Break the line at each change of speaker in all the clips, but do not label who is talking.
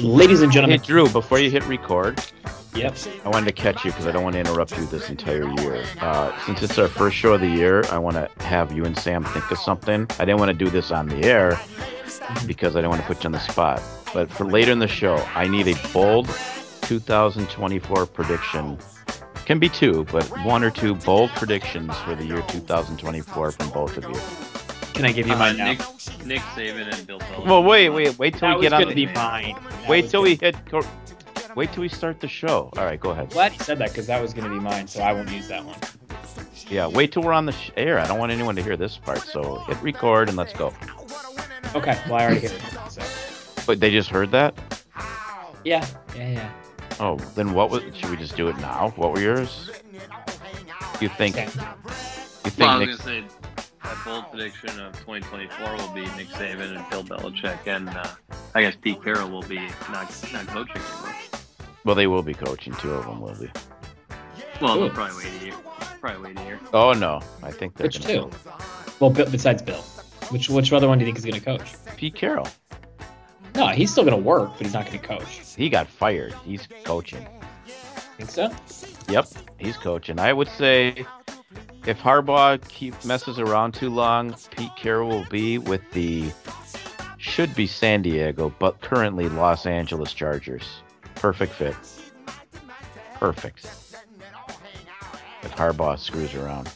Ladies and
Hey
gentlemen,
Drew, before you hit record,
yep.
I wanted to catch you because I don't want to interrupt you this entire year. Uh, since it's our first show of the year, I want to have you and Sam think of something. I didn't want to do this on the air because I didn't want to put you on the spot. But for later in the show, I need a bold 2024 prediction. Can be two, but one or two bold predictions for the year 2024 from both of you.
Can I give you
Uh,
mine now?
Nick, Nick Saban and Bill Belichick.
Well, wait, wait, wait till
That
we
was
get on.
gonna be mine. That
wait
was
till
gonna-
we hit. cor- Wait till we start the show. All right, go ahead.
Glad you said that because that was going to be mine, so I won't use that one.
Yeah, wait till we're on the sh- air. I don't want anyone to hear this part, so hit record and let's go.
Okay, well I already hit it. So.
But they just heard that.
Yeah, yeah, yeah.
Oh, then what was? Should we just do it now? What were yours? You think?
Okay.
You think?
Well, I was
Nick-
gonna say my bold prediction of 2024 will be Nick Saban and Bill Belichick, and uh, I guess Pete Carroll will be not not coaching anymore.
well, they will be coaching. Two of them will be.
Well,
Ooh.
they'll probably wait a year. Probably wait a year.
Oh no, I think they're
Which two?
gonna
Well, Bill, besides Bill, which which other one do you think is going to coach?
Pete Carroll.
No, he's still going to work, but he's not going to coach.
He got fired. He's coaching.
Think so?
Yep, he's coaching. I would say if Harbaugh keep messes around too long, Pete Carroll will be with the should be San Diego, but currently Los Angeles Chargers. Perfect fit. Perfect. If Harbaugh screws around.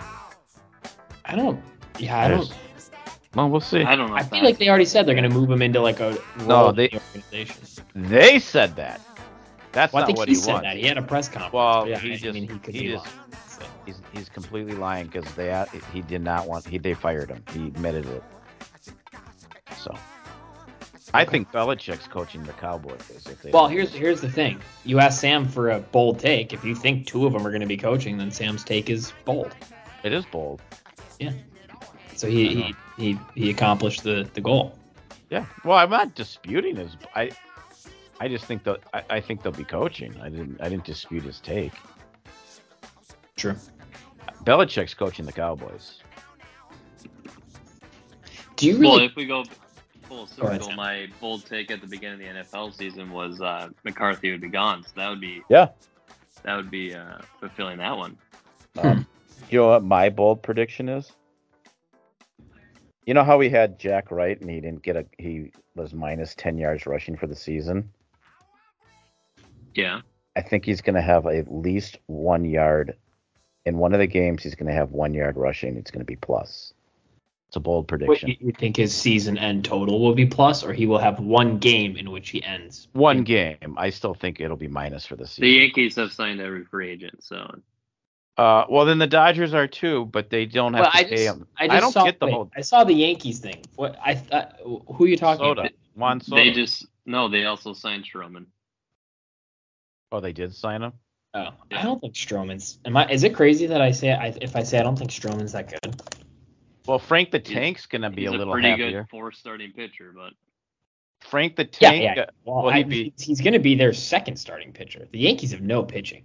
I don't. Yeah, I don't.
Well, we'll see.
I don't know.
I
if
feel
that-
like they already said they're going to move him into like a
No,
role in
they-
the organization.
They said that. That's
Well, I
not
think
what
he,
he,
said
wants.
that. He had a press conference.
Well,
but yeah,
he
I
just-
mean, he could
he
be
just-
lying, so.
He's, he's completely lying because they he did not want he they fired him. He admitted it. So I
Okay.
think Belichick's coaching the Cowboys. If they
Well, here's here's the thing. You ask Sam for a bold take. If you think two of them are going to be coaching, then Sam's take is bold.
it is bold.
So he he, he he accomplished the the goal.
Yeah. Well, I'm not disputing his. I I just think that I, I think they'll be coaching. I didn't I didn't dispute his take.
True.
Belichick's coaching the Cowboys.
Do you
Well,
really?
if we go full
ahead,
circle,
Sam.
my bold take at the beginning of the NFL season was uh, McCarthy would be gone, so that would be
Yeah.
that would be uh, fulfilling that one.
Um, you know what my bold prediction is? You know how we had Jack Wright and he didn't get a he was minus ten yards rushing for the season.
Yeah.
I think he's going to have at least one yard in one of the games. He's going to have one yard rushing. It's going to be plus. It's a bold
what,
prediction.
you, you think his season end total will be plus, or he will have one game in which he ends?
One game. I still think it'll be minus for the
The
season.
Yankees have signed every free agent, so
Uh, well, then the Dodgers are too, but they don't have
Well,
to
I
pay
just,
him.
I just
don't
saw,
get the
wait,
whole
I saw the Yankees thing. What I thought, who are you talking
soda.
about?
Juan Soto.
they just no. They also signed Stroman.
oh, they did sign him.
Oh, I
Yeah.
don't think Stroman's. Am I? Is it crazy that I say I, if I say I don't think Stroman's that good?
Well, Frank the
He's-
Tank's going to be
He's
a little
pretty
happier.
good four starting pitcher, but
Frank the
Yeah,
Tank.
yeah.
uh,
Well,
Will he
I-
be-
he's going to be their second starting pitcher. The Yankees have no pitching.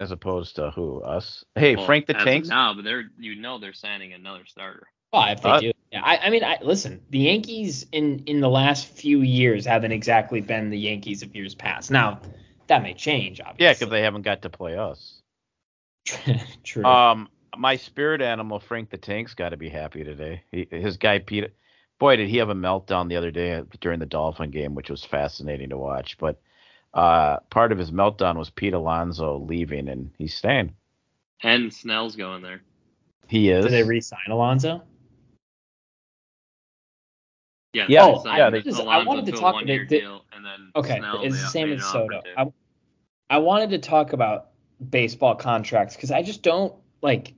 As opposed to who? Us? Hey,
well,
Frank the
as of
Tank's.
Now, but they're you know they're signing another starter.
Well, if they
Uh,
do, yeah. I, I mean, I, listen, the Yankees in in the last few years haven't exactly been the Yankees of years past. Now, that may change,
Yeah, because
obviously.
they haven't got to play us.
Yeah, true.
Um, my spirit animal Frank the Tank's got to be happy today. He, his guy Peter, boy, did he have a meltdown the other day uh, during the Dolphin game, which was fascinating to watch. But uh, part of his meltdown was Pete Alonso leaving, and he's staying.
And Snell's going there.
He is.
Did they re-sign Alonso?
Yeah,
Yeah,
Oh,
signed
yeah, they-
This is- I
Alonso
wanted to
a
talk-
one-year
they- they-
deal, and then
Okay,
Snell,
it's
they-
the same
they
as
offered
Soto.
to-
I, I wanted to talk about baseball contracts because I just don't like.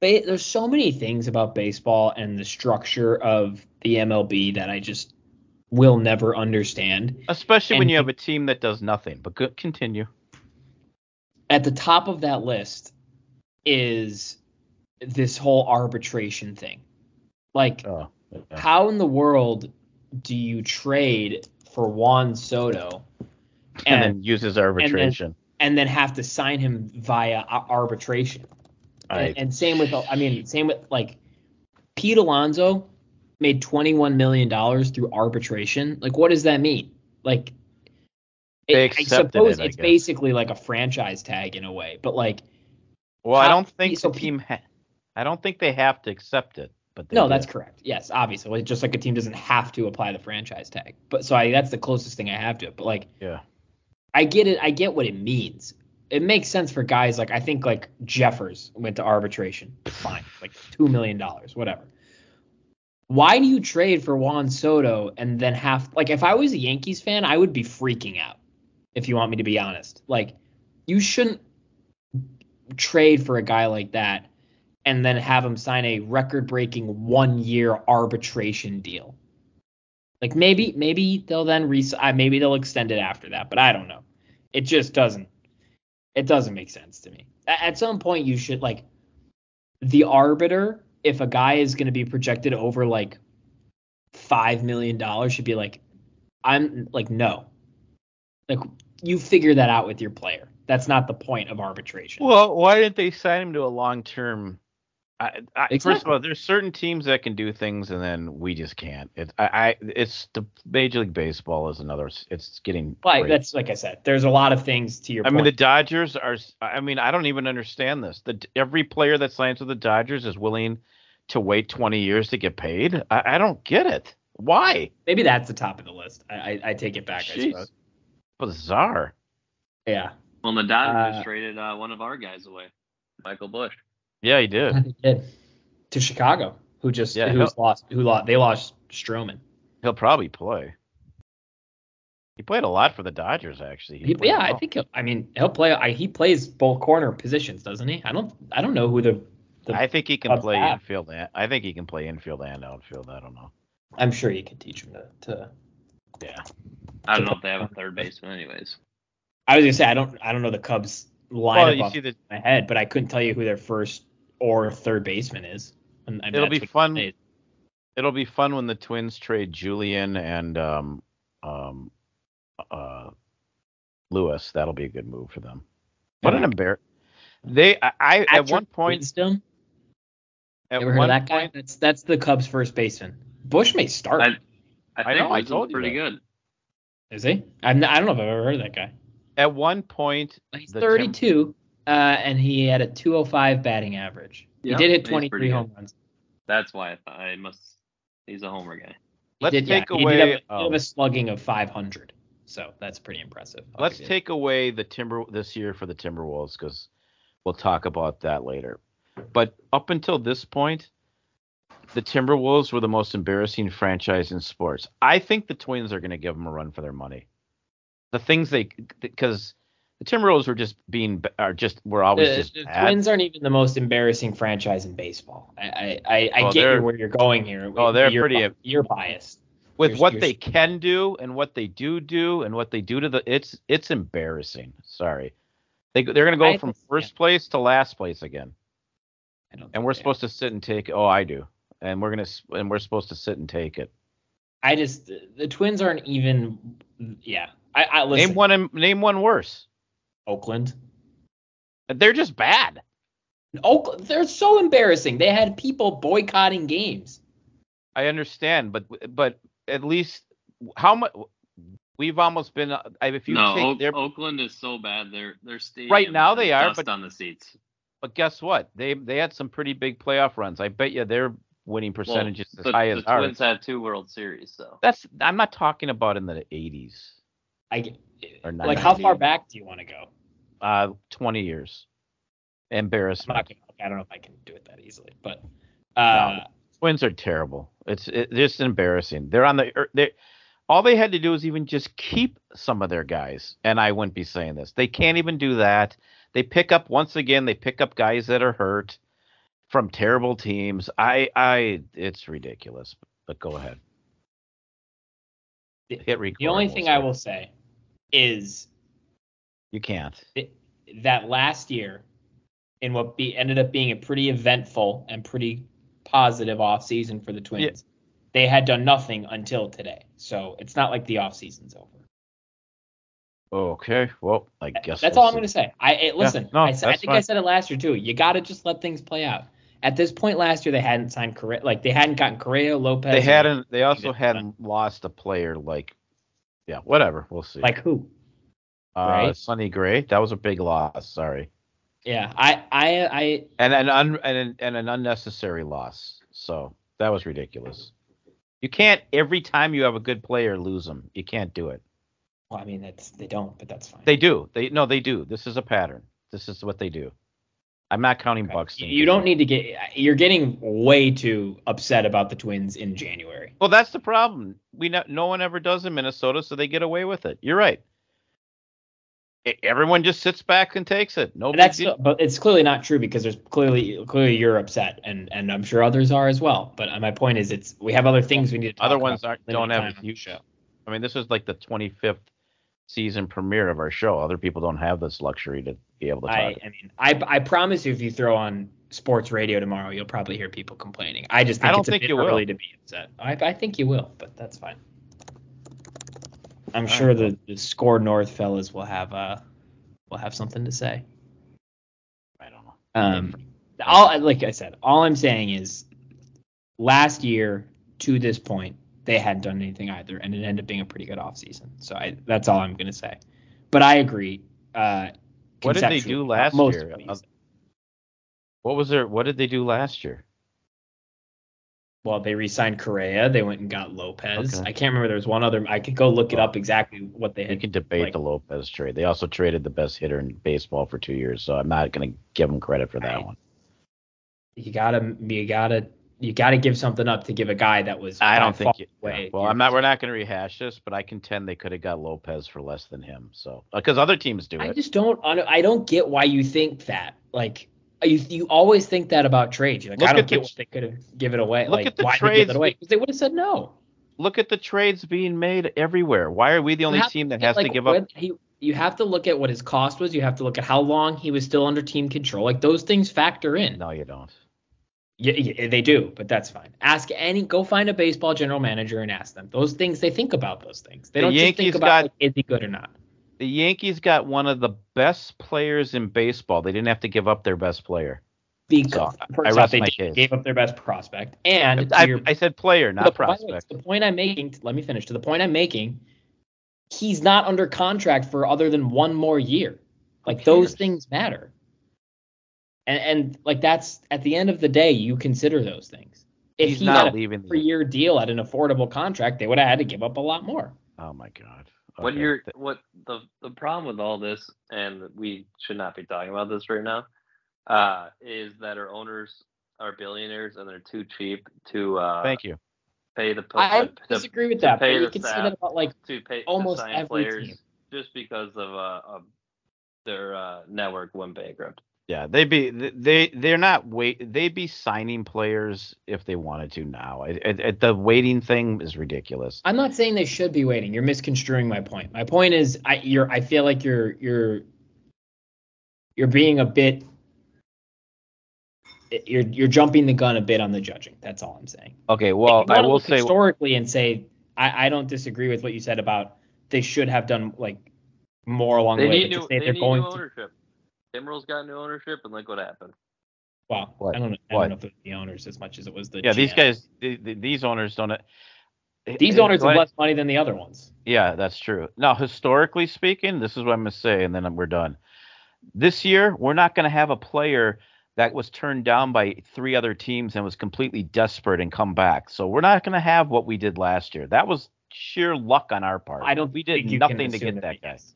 They, there's so many things about baseball and the structure of the MLB that I just will never understand.
Especially when
and-
you have a team that does nothing. But good, continue.
at the top of that list is this whole arbitration thing. Like,
Oh, yeah.
how in the world do you trade for Juan Soto
and,
and
then uses arbitration.
and then have to sign him via a- arbitration?
I-
And, and same with, I mean, same with like Pete Alonso made $21 million through arbitration. Like, what does that mean? Like, it-
They
I
accepted
suppose
it, I
it's
guess.
basically like a franchise tag in a way, but like,
Well, I
How-
don't think
so
the
pe-
team. Ha- I don't think they have to accept it, but they
no,
did.
that's correct. Yes, obviously, just like a team doesn't have to apply the franchise tag. But so I, that's the closest thing I have to it. But like,
yeah.
I get it. I get what it means. It makes sense for guys like I think like Jeffers went to arbitration. Fine, like two million dollars, whatever. Why do you trade for Juan Soto and then have like if I was a Yankees fan, I would be freaking out. If you want me to be honest, like you shouldn't trade for a guy like that and then have him sign a record-breaking one-year arbitration deal. Like maybe maybe they'll then re uh, maybe they'll extend it after that, but I don't know. It just doesn't it doesn't make sense to me. A- At some point you should like the arbiter if a guy is going to be projected over like 5 million dollars should be like I'm like no. Like you figure that out with your player. That's not the point of arbitration.
Well, why didn't they sign him to a long term? I, I, First of
Exactly.
all, there's certain teams that can do things, and then we just can't. It, I, I, it's the Major League Baseball is another. s- It's getting.
like
great.
that's like I said. There's a lot of things to your
I
point.
mean, the Dodgers are. s- I mean, I don't even understand this. The every player that signs with the Dodgers is willing to wait 20 years to get paid. I, I don't get it. Why?
Maybe that's the top of the list. I, I, I take it back. I
Jeez.
suppose.
Bizarre.
Yeah.
Well, the Dodgers
Uh,
traded uh, one of our guys away, Michael Bush.
Yeah, he did.
They did. To Chicago, who just
Yeah,
who's
no.
lost who lost they lost Stroman.
He'll probably play. He played a lot for the Dodgers, actually. He
He-
played
yeah, I
well.
think he'll, I mean he'll play. I, he plays both corner positions, doesn't he? I don't I don't know who the. the
I
I,
think he can
Cubs
play
have.
infield. And, I think he can play infield and outfield. I don't know.
am sure you could teach him to, to.
Yeah,
I don't know if they have a third baseman, anyways.
I was gonna say I don't I don't know the Cubs lineup
well, you
off
see, the,
my head, but I couldn't tell you who their first or third baseman is. And, I mean,
It'll
that's
be
what
fun.
they-
it'll be fun when the Twins trade Julian and um, um, uh, Lewis. That'll be a good move for them. What an embarrass. They, I, I at
Patrick
one point,
Wisdom?
at
Ever heard of
one
that guy?
point,
That's that's the Cubs first baseman. Bush may start.
I, I think
know, I
Wisdom's
told you
pretty good.
is he? I'm not, I don't know if I've ever heard of that guy.
at one point,
He's
The
32, uh, and he had a 205 batting average.
Yeah,
he did hit
he's
23
pretty
home runs.
That's why I, thought I must. He's a homer guy.
He
Let's
did, yeah,
take
he did
away-
have a- He did have,
oh.
a slugging of 500, so that's pretty impressive. I'll
let's
give you-
take away the timber this year for the Timberwolves because we'll talk about that later. But up until this point, the Timberwolves were the most embarrassing franchise in sports. I think the Twins are going to give them a run for their money. The things they because the Timberwolves were just being ba- are just were always
The,
just
the
bad.
Twins aren't even the most embarrassing franchise in baseball. I I, I, I
Oh,
get
they're-
you where you're going here.
Oh, they're
you're,
pretty-
You're biased.
with
You're-
what
you're-
they can do and what they do do and what they do to the it's it's embarrassing. Sorry, they they're going to go
I
from
understand.
first place to last place again.
I don't
and
think
we're
they are.
supposed to sit and take oh i do and we're gonna s- and we're supposed to sit and take it
I just the Twins aren't even. Yeah, I, I listen.
name one em- name one worse
Oakland.
they're just bad
Oakland, they're so embarrassing. They had people boycotting games.
i understand but but at least how much we've almost been uh, if you
no,
take
Oak-
their
Oakland is so bad. They're they're staying
Right now they are,
dust
but-
on the seats.
but guess what they they had some pretty big playoff runs i bet you their winning
Well,
percentage is as
the,
high
the
as ours
Twins have two World Series, so
that's i'm not talking about in the 80s
I
or 90s
like how far back do you want to go?
uh 20 years
I'm
embarrassment
not gonna, I don't know if I can do it that easily, but uh,
Twins are terrible. It's it, just embarrassing. They're on the er, they all they had to do is even just keep some of their guys, and I wouldn't be saying this. They can't even do that. They pick up once again. They pick up guys that are hurt from terrible teams. I I it's ridiculous. But go ahead.
The-
Hit record.
the only thing
we'll
I
see.
will say is
you can't.
that last year, in what be, ended up being a pretty eventful and pretty positive offseason for the Twins, they had done nothing until today. So it's not like the offseason's over.
Okay. Well, I guess
That's
we'll
all I'm
see.
going to say. I it, listen.
no,
I, s- I
that's
think I
fine.
said it last year too. You got to just let things play out. At this point last year, they hadn't signed Correa, like they hadn't gotten Correa, Lopez.
They
and-
hadn't. They also
Yeah.
hadn't lost a player like, yeah, whatever. We'll see.
like who?
uh,
right.
Sonny Gray. That was a big loss. Sorry,
Yeah, I, I, I,
and an un, and an, and an unnecessary loss. So that was ridiculous. You can't every time you have a good player lose them. You can't do it.
well, I mean that's they don't, but that's fine.
They do. They no. They do. This is a pattern. This is what they do. I'm not counting Buxton.
You don't need to get. You're getting way too upset about the Twins in January.
Well, that's the problem. We no, no one ever does in Minnesota, so they get away with it. You're right. E- everyone just sits back and takes it. No,
But
big
that's
deal.
but it's clearly not true because there's clearly clearly you're upset and and I'm sure others are as well. But uh, my point is it's we have other things we need to talk
Other ones
about
aren't-
limited
don't have
time
a
on the
huge-
show.
I mean, this was like the 25th season premiere of our show. Other people don't have this luxury to be able to talk.
I I mean I I promise you if you throw on sports radio tomorrow you'll probably hear people complaining. I just
I
think
don't
it's
think
a bit
you will.
early to be upset. I I think you will, but that's fine. I'm
All
sure
right.
the, the score north fellas will have uh will have something to say.
I don't know.
Um, all like I said, all I'm saying is, last year to this point, they hadn't done anything either, and it ended up being a pretty good offseason. So I, that's all I'm gonna say. But I agree. Uh,
What did they
conceptually, uh,
do last
most
year?
of these-
What was their? What did they do last year?
well, they re-signed Correa. They went and got Lopez.
Okay.
I can't remember. There was one other. I could go look it up exactly what they
You
had.
can debate
like-
the Lopez trade. They also traded the best hitter in baseball for two years, so I'm not going to give them credit for that
Right.
one.
You gotta, you gotta, you gotta give something up to give a guy that was.
I
by
don't think.
far
You,
away
yeah. Well,
your-
I'm not. We're not going to rehash this, but I contend they could have got Lopez for less than him. So because other teams do
I
it.
just don't. I don't- I don't get why you think that. Like you, you always think that about trades. You're like,
Look
I
at
don't
the
get what they could have given away.
look
like,
at the
why they give
trades
it away
we-
'Cause they would have said no.
Look at the trades being made everywhere. Why are we the only
You have
team
to
that
look at,
has to
like,
give up?
what He, you have to look at what his cost was. You have to look at how long he was still under team control. Like those things factor in.
No, you don't.
Yeah, yeah, they do, but that's fine. Ask any. Go find a baseball general manager and ask them those things. They think about those things. They
The
don't just
Yankees
think about
got-
like, is he good or not.
The Yankees got one of the best players in baseball. They didn't have to give up their best player.
Because
I-
first
I
off,
rest
they
my
did-
case.
gave up their best prospect, and to
I,
your
I said player,
the
not
point-
prospect.
the point I'm making, let me finish. To the point I'm making, he's not under contract for other than one more year. Like those
cares?
things matter. And and like that's at the end of the day, you consider those things. If
He's
he
not
got a
leaving.
per
The,
year deal at an affordable contract, they would have had to give up a lot more.
oh my God.
What
Okay.
you're
Th-
what the the problem with all this, and we should not be talking about this right now, uh, is that our owners are billionaires and they're too cheap to uh,
Thank you.
pay the po-
I
uh, to-
disagree with
to
that, but
pay
you
the
can say
staff.
that about like
to pay
almost
to sign
every
players
team.
just because of uh, of their uh, network went bankrupt.
Yeah, they be they they're not wait they'd be signing players if they wanted to now. It, it, it- the waiting thing is ridiculous.
I'm not saying they should be waiting. You're misconstruing my point. My point is, I you're I feel like you're you're you're being a bit you're you're jumping the gun a bit on the judging. That's all I'm saying.
Okay, well
If you
I
wanna
will
look
say
historically and say I, I don't disagree with what you said about they should have done like more along
They
the way.
need
but to
new
say
they
they're
need
going
new
to
ownership. Timberwolves got new ownership, and look what happened.
well,
What?
I don't know, I
What?
don't know if it was the owners as much as it was the
yeah these
GM.
guys th- th- these owners don't. eh,
these owners have
Like-
less money than the other ones.
Yeah, that's true. Now, historically speaking, this is what I'm going to say, and then we're done. This year, we're not going to have a player that was turned down by three other teams and was completely desperate and come back. So we're not going to have what we did last year. That was sheer luck on our part.
I don't
We
think
did
you can
nothing to
assume
get that guy.
yes.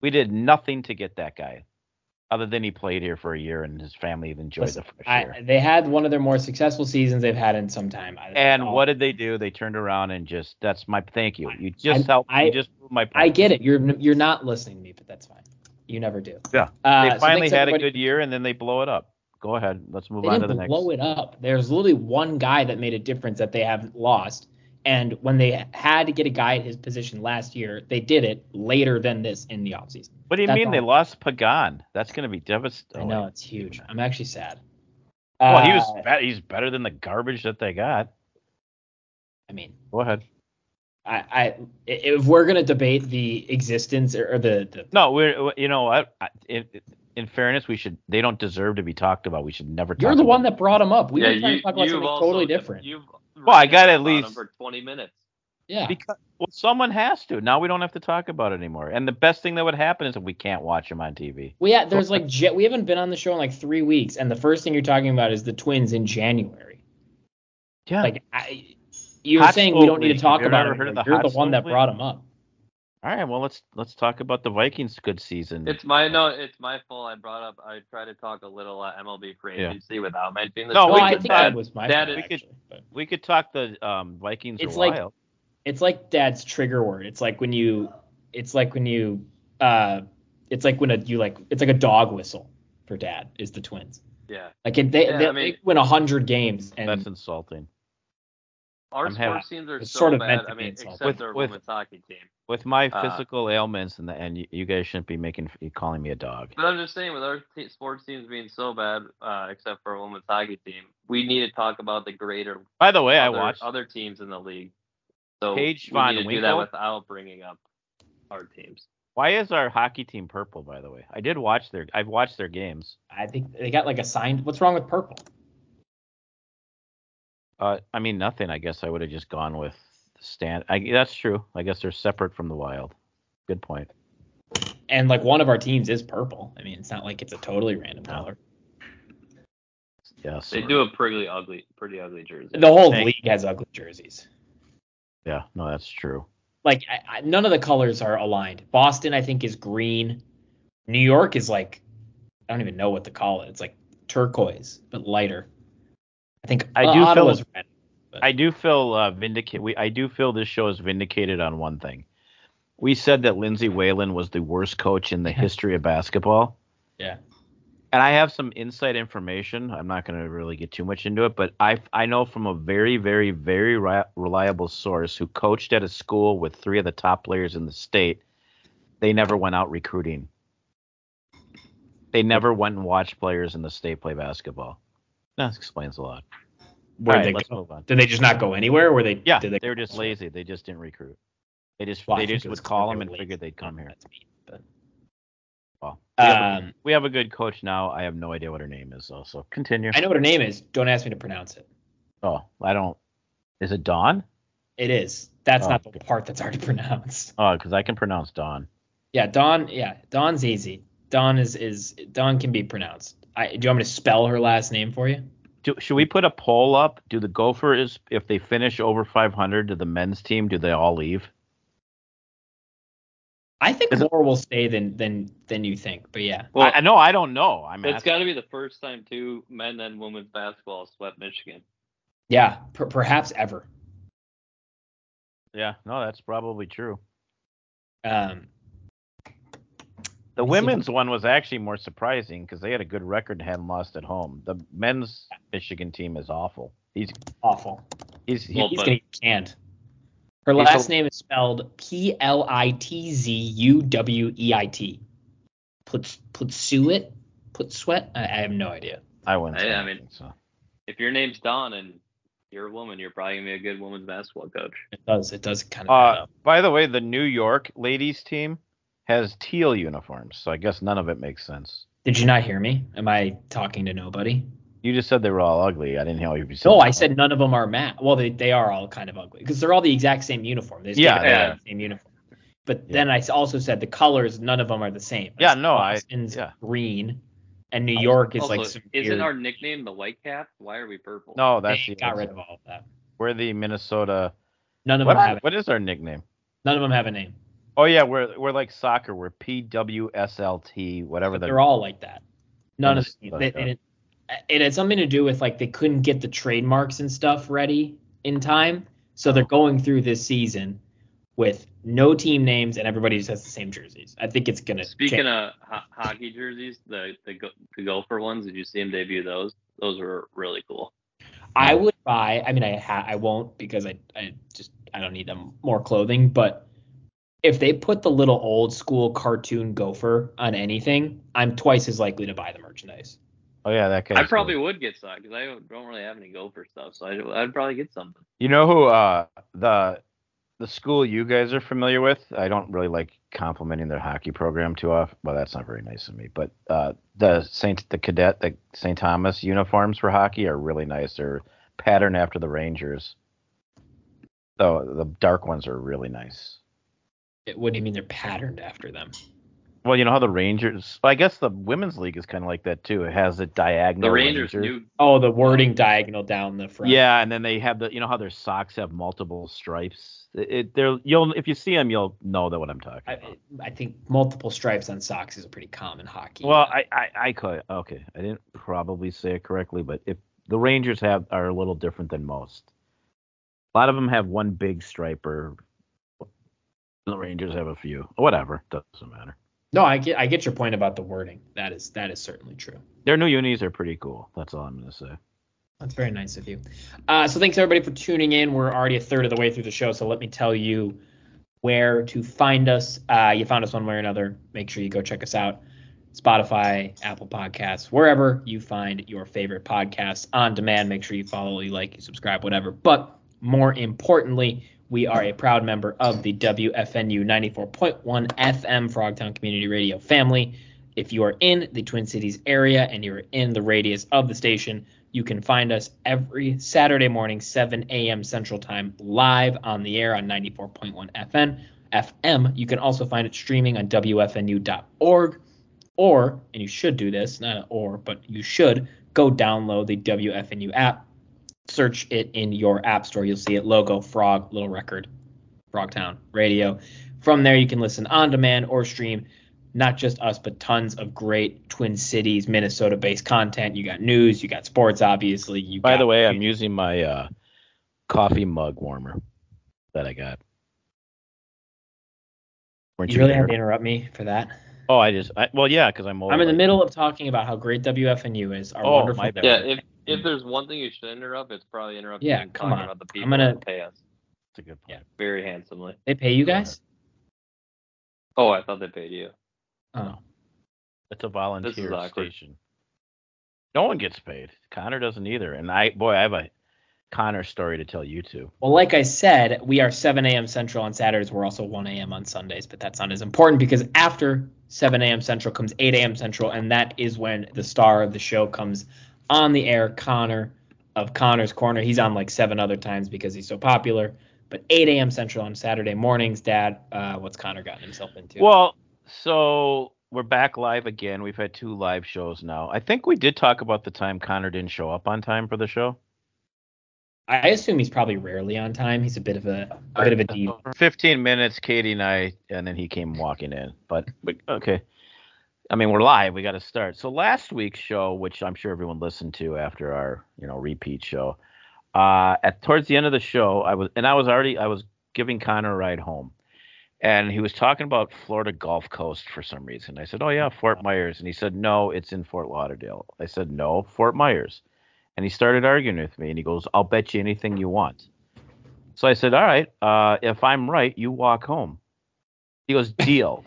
We did nothing to get that guy, other than he played here for a year and his family enjoyed
Listen,
the fresh
I,
air.
they had one of their more successful seasons they've had in some time. I,
And
I'll-
what did they do? They turned around and just that's my thank you. You just
I-
helped.
I-
you just proved my point.
I get it. You're you're not listening to me, but that's fine. You never do.
Yeah.
Uh,
they
so
finally
thanks,
had a
everybody.
good year and then they blow it up. Go ahead. Let's move
They
on to the
didn't
next.
blow it up. There's literally one guy that made a difference that they have lost. And when they had to get a guy at his position last year, they did it later than this in the offseason.
What do you
That's
mean they
all.
lost Pagan? That's going to be
I
devastating.
know it's huge. I'm actually sad.
Well, he was
Uh,
be- he's better than the garbage that they got.
I mean,
Go ahead.
I, I i- if we're gonna debate the existence or, or the the
No, we're you know what? I- It, it, in fairness, we should. They don't deserve to be talked about. We should never.
You're
talk
the
about
one that brought him up. We
yeah,
were trying
you,
to talk about
you've
something
also
totally
def-
different.
You've
Well, I got at
ranted about
least-
him for 20 minutes.
yeah.
Because well, someone has to. Now we don't have to talk about it anymore. And the best thing that would happen is if we can't watch them on TV.
We had, there's like Ja- we haven't been on the show in like three weeks, and the first thing you're talking about is the twins in January.
Yeah.
Like I, you're
Hot
saying
stove
we don't need
league.
to talk
Have you
about
ever
it.
heard of
anymore.
the
you're
hot
the one
stove
that
league?
brought him up.
All right. Well, let's let's talk about the Vikings' good season.
It's my no, it's my fault. I brought up. I tried to talk a little uh, MLB free
Yeah.
agency without mentioning this.
No,
but
well,
Oh, we
I
could-
think
that-
that was my
that
fault,
is-
we could-
actually, but
we could talk the um, Vikings.
It's
are
like-
wild.
it's like dad's trigger word. It's like when you, it's like when you, uh, it's like when a you like it's like a dog whistle for dad is the twins.
yeah,
Like if they,
Yeah,
they,
I mean-
they win hundred games and
That's insulting.
our
I'm having-
sports teams are
it's
so
sort of meant
bad.
to
I
be
mean,
insulting.
except
With-
their
with-
women's hockey team.
With my
Uh,
physical ailments and the, and you, you guys shouldn't be making calling me a dog.
But I'm just saying, with our te- sports teams being so bad, uh, except for a women's hockey team, we need to talk about the greater
By the way, I
other,
watched
other teams in the league. So
Paige
we
Von
need to do that
Winkle?
without bringing up our teams.
Why is our hockey team purple? By the way, I did watch their. I've watched their games.
I think they got like assigned. What's wrong with purple?
Uh, I mean nothing. I guess I would have just gone with the stand. I, that's true. I guess they're separate from the wild. Good point.
And like one of our teams is purple. I mean, it's not like it's a totally random
No.
color.
Yes.
They do a pretty ugly, pretty ugly jersey.
The whole
Thank-
league has ugly jerseys.
Yeah. No, that's true.
Like I, I, none of the colors are aligned. Boston, I think, is green. New York is like I don't even know what to call it. It's like turquoise, but lighter. I think
I
uh,
do feel-
Ottawa's red.
I do feel uh, vindicated. We I do feel this show is vindicated on one thing. We said that Lindsey Whalen was the worst coach in the history of basketball.
Yeah.
And I have some inside information. I'm not going to really get too much into it, but I I know from a very very very ri- reliable source who coached at a school with three of the top players in the state. They never went out recruiting. They never went and watched players in the state play basketball. That explains a lot.
Where
All right,
they
let's
go?
move on.
Did they just not go anywhere? Were they?
Yeah,
did
they,
they,
were just lazy. They just didn't recruit. They just
Well, I
they
think
just
it was
would call
they
them
were
and
lazy.
figured they'd come here.
That's mean, but-
Well, we, have a,
Um,
we have a good coach now. I have no idea what her name is though. So continue.
I know what her name is. Don't ask me to pronounce it.
Oh, I don't. Is it Dawn?
It is. That's
Oh,
not the
okay.
part that's already pronounced.
Oh, because I can pronounce Dawn.
Yeah, Dawn. Yeah, Dawn's easy. Dawn is is Dawn can be pronounced. I, do you want me to spell her last name for you?
Do, should we put a poll up? Do the Gophers, if they finish over 500, do the men's team, do they all leave?
I think
Is it-
more will stay than than than you think. But yeah,
Well,
I, I know. I don't know. I'm
it's
asking.
got to be the first time two men and women's basketball swept Michigan.
yeah, per, perhaps ever.
yeah, no, that's probably true.
Um, Let me see
The
if-
women's one was actually more surprising because they had a good record and hadn't lost at home. The men's Michigan team is awful. He's
awful.
he's, he's
Well,
He's
but-
gonna get canned. Her
He's
last
a-
name is spelled P L I T Z U W E I T. Put put it. Put sweat. I, I have no idea.
I wouldn't.
I-
say
I
anything,
mean-
so.
If your name's Don and you're a woman, you're probably gonna be a good women's basketball coach.
It does. It does kind of. add
Uh,
up.
by the way, the New York ladies team has teal uniforms, so I guess none of it makes sense.
Did you not hear me? Am I talking to nobody?
You just said they were all ugly. I didn't hear you said.
No,
that.
I said none of them are matte. Well, they, they are all kind of ugly because they're all the exact same uniform. They just
Yeah,
give everybody
yeah.
the same uniform. But
Yeah.
then I s- also said the colors, none of them are the same.
Yeah,
It's
no, I-
Boston's
yeah.
green, and New York is
Oh, also,
like some
isn't
weird-
our nickname the White Cap? Why are we purple?
No,
they
that's the
got rid of all of that.
we're the Minnesota.
None of
What,
them have
what is our nickname?
none of them have a name.
Oh yeah, we're we're like soccer. We're PWSLT, whatever
But
the
they're all like that. None of
Minnesota,
they,
yeah.
it, it had something to do with like they couldn't get the trademarks and stuff ready in time, so they're going through this season with no team names and everybody just has the same jerseys. I think it's gonna.
Speaking
change.
of ho- hockey jerseys, the the, go- the Gopher ones. Did you see him debut those? Those were really cool.
I would buy. I mean, I ha- I won't because I I just I don't need them more clothing. But if they put the little old school cartoon gopher on anything, I'm twice as likely to buy the merchandise.
Oh yeah, that guy.
I probably would get some because I don't really have any Gopher stuff, so I'd, I'd probably get something.
You know who uh the the school you guys are familiar with. I don't really like complimenting their hockey program too often. Well, that's not very nice of me. But uh, the Saint, the cadet, the Saint Thomas uniforms for hockey are really nice. They're patterned after the Rangers. So the dark ones are really nice.
It, what do you mean they're patterned after them?
Well, you know how the Rangers. I guess the women's league is kind of like that too. It has a diagonal.
The Rangers
Ranger.
knew
Oh, the wording diagonal down the front.
Yeah, and then they have the. You know how their socks have multiple stripes. It, it they're you'll if you see them you'll know that what I'm talking
I,
about.
I think multiple stripes on socks is a pretty common hockey.
Well, I, I I could okay. I didn't probably say it correctly, but if the Rangers have are a little different than most. A lot of them have one big striper. The Rangers have a few. Whatever, doesn't matter.
no, I get I get your point about the wording. That is that is certainly true.
Their new unis are pretty cool. That's all I'm gonna say.
That's very nice of you. Uh, so thanks everybody for tuning in. We're already a third of the way through the show, so let me tell you where to find us. Uh, you found us one way or another. Make sure you go check us out. Spotify, Apple Podcasts, wherever you find your favorite podcasts on demand. Make sure you follow, you like, you subscribe, whatever. But more importantly, we are a proud member of the WFNU 94.1 FM Frogtown Community Radio family. If you are in the Twin Cities area and you're in the radius of the station, you can find us every Saturday morning, 7 a.m. Central Time, live on the air on 94.1 FN, FM. You can also find it streaming on WFNU.org. Or, and you should do this, not an or, but you should go download the WFNU app. Search it in your app store. You'll see it logo, frog, little record, Frogtown Radio. From there, you can listen on demand or stream not just us, but tons of great Twin Cities, Minnesota based content. You got news, you got sports, obviously. You
By
got,
the way, I'm using my uh, coffee mug warmer that I got. Weren't
you really
there?
have to interrupt me for that.
Oh, I just I, well, yeah, because I'm old.
I'm in the
like-
middle of talking about how great WFNU is. Our
Oh,
wonderful.
my bad.
Yeah, if if there's one thing you should interrupt, it's probably interrupting
Yeah,
and
come
talking
on.
about the people
I'm gonna-
that pay us
That's a good point.
Yeah.
very handsomely.
They pay you guys?
Oh, I thought they paid you.
Oh,
It's a volunteer
awkward.
station. No one gets paid. Connor doesn't either. And I, boy, I have a Connor story to tell you two.
well, like I said, we are 7 a.m. Central on Saturdays. We're also 1 a.m. on Sundays, but that's not as important because after 7 a.m. Central comes 8 a.m. Central, and that is when the star of the show comes on the air. Connor of Connor's Corner. He's on like seven other times because he's so popular. But 8 a.m. Central on Saturday mornings, Dad. Uh, what's Connor gotten himself into?
Well, so we're back live again. We've had two live shows now. I think we did talk about the time Connor didn't show up on time for the show.
I assume he's probably rarely on time. He's a bit of a, a bit of a diva.
For 15 minutes, Katie and I, and then he came walking in. But but, okay. I mean, we're live. We got to start. So last week's show, which I'm sure everyone listened to after our, you know, repeat show, uh, at towards the end of the show, I was and I was already I was giving Connor a ride home, and he was talking about Florida Gulf Coast for some reason. I said, "Oh yeah, Fort Myers," and he said, "No, it's in Fort Lauderdale." I said, "No, Fort Myers," and he started arguing with me, and he goes, "I'll bet you anything you want." So I said, "All right, uh, if I'm right, you walk home." He goes, "Deal."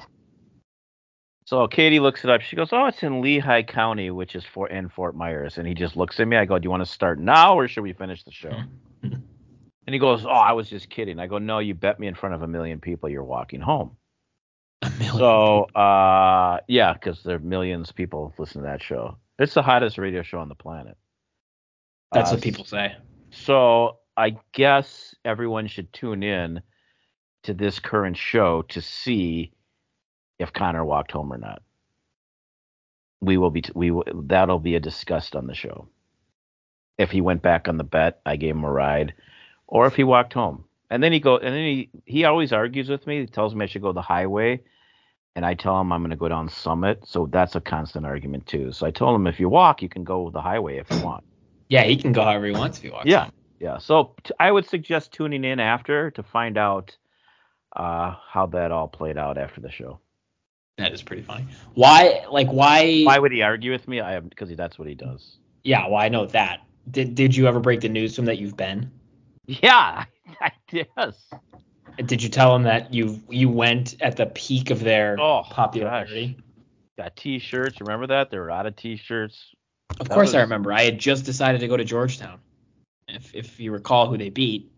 so Katie looks it up. She goes, "Oh, it's in Lehigh County, which is for in Fort Myers." And he just looks at me. I go, "Do you want to start now, or should we finish the show?" and he goes, "Oh, I was just kidding." I go, "No, you bet me in front of a million people you're walking home."
A million.
So, uh, yeah, because there are millions of people listen to that show. It's the hottest radio show on the planet.
That's
Uh,
what people say.
so I guess everyone should tune in to this current show to see if Connor walked home or not. We will be we will, that'll be a discussed on the show. If he went back on the bet, I gave him a ride, or if he walked home. And then he go and then he he always argues with me. He tells me I should go the highway, and I tell him I'm going to go down Summit. So that's a constant argument too. So I told him if you walk, you can go the highway if you want.
Yeah, he can go however he wants if he wants.
Yeah, yeah. So t- I would suggest tuning in after to find out uh, how that all played out after the show.
That is pretty funny. Why like why,
Why would he argue with me? I because that's what he does.
yeah, well I know that. Did did you ever break the news to him that you've been?
Yeah, I guess.
Did you tell him that you you went at the peak of their
Oh,
popularity?
Got T-shirts. Remember that they were out of T-shirts.
Of
That
course I
was-
remember. I had just decided to go to Georgetown. If if you recall who they beat,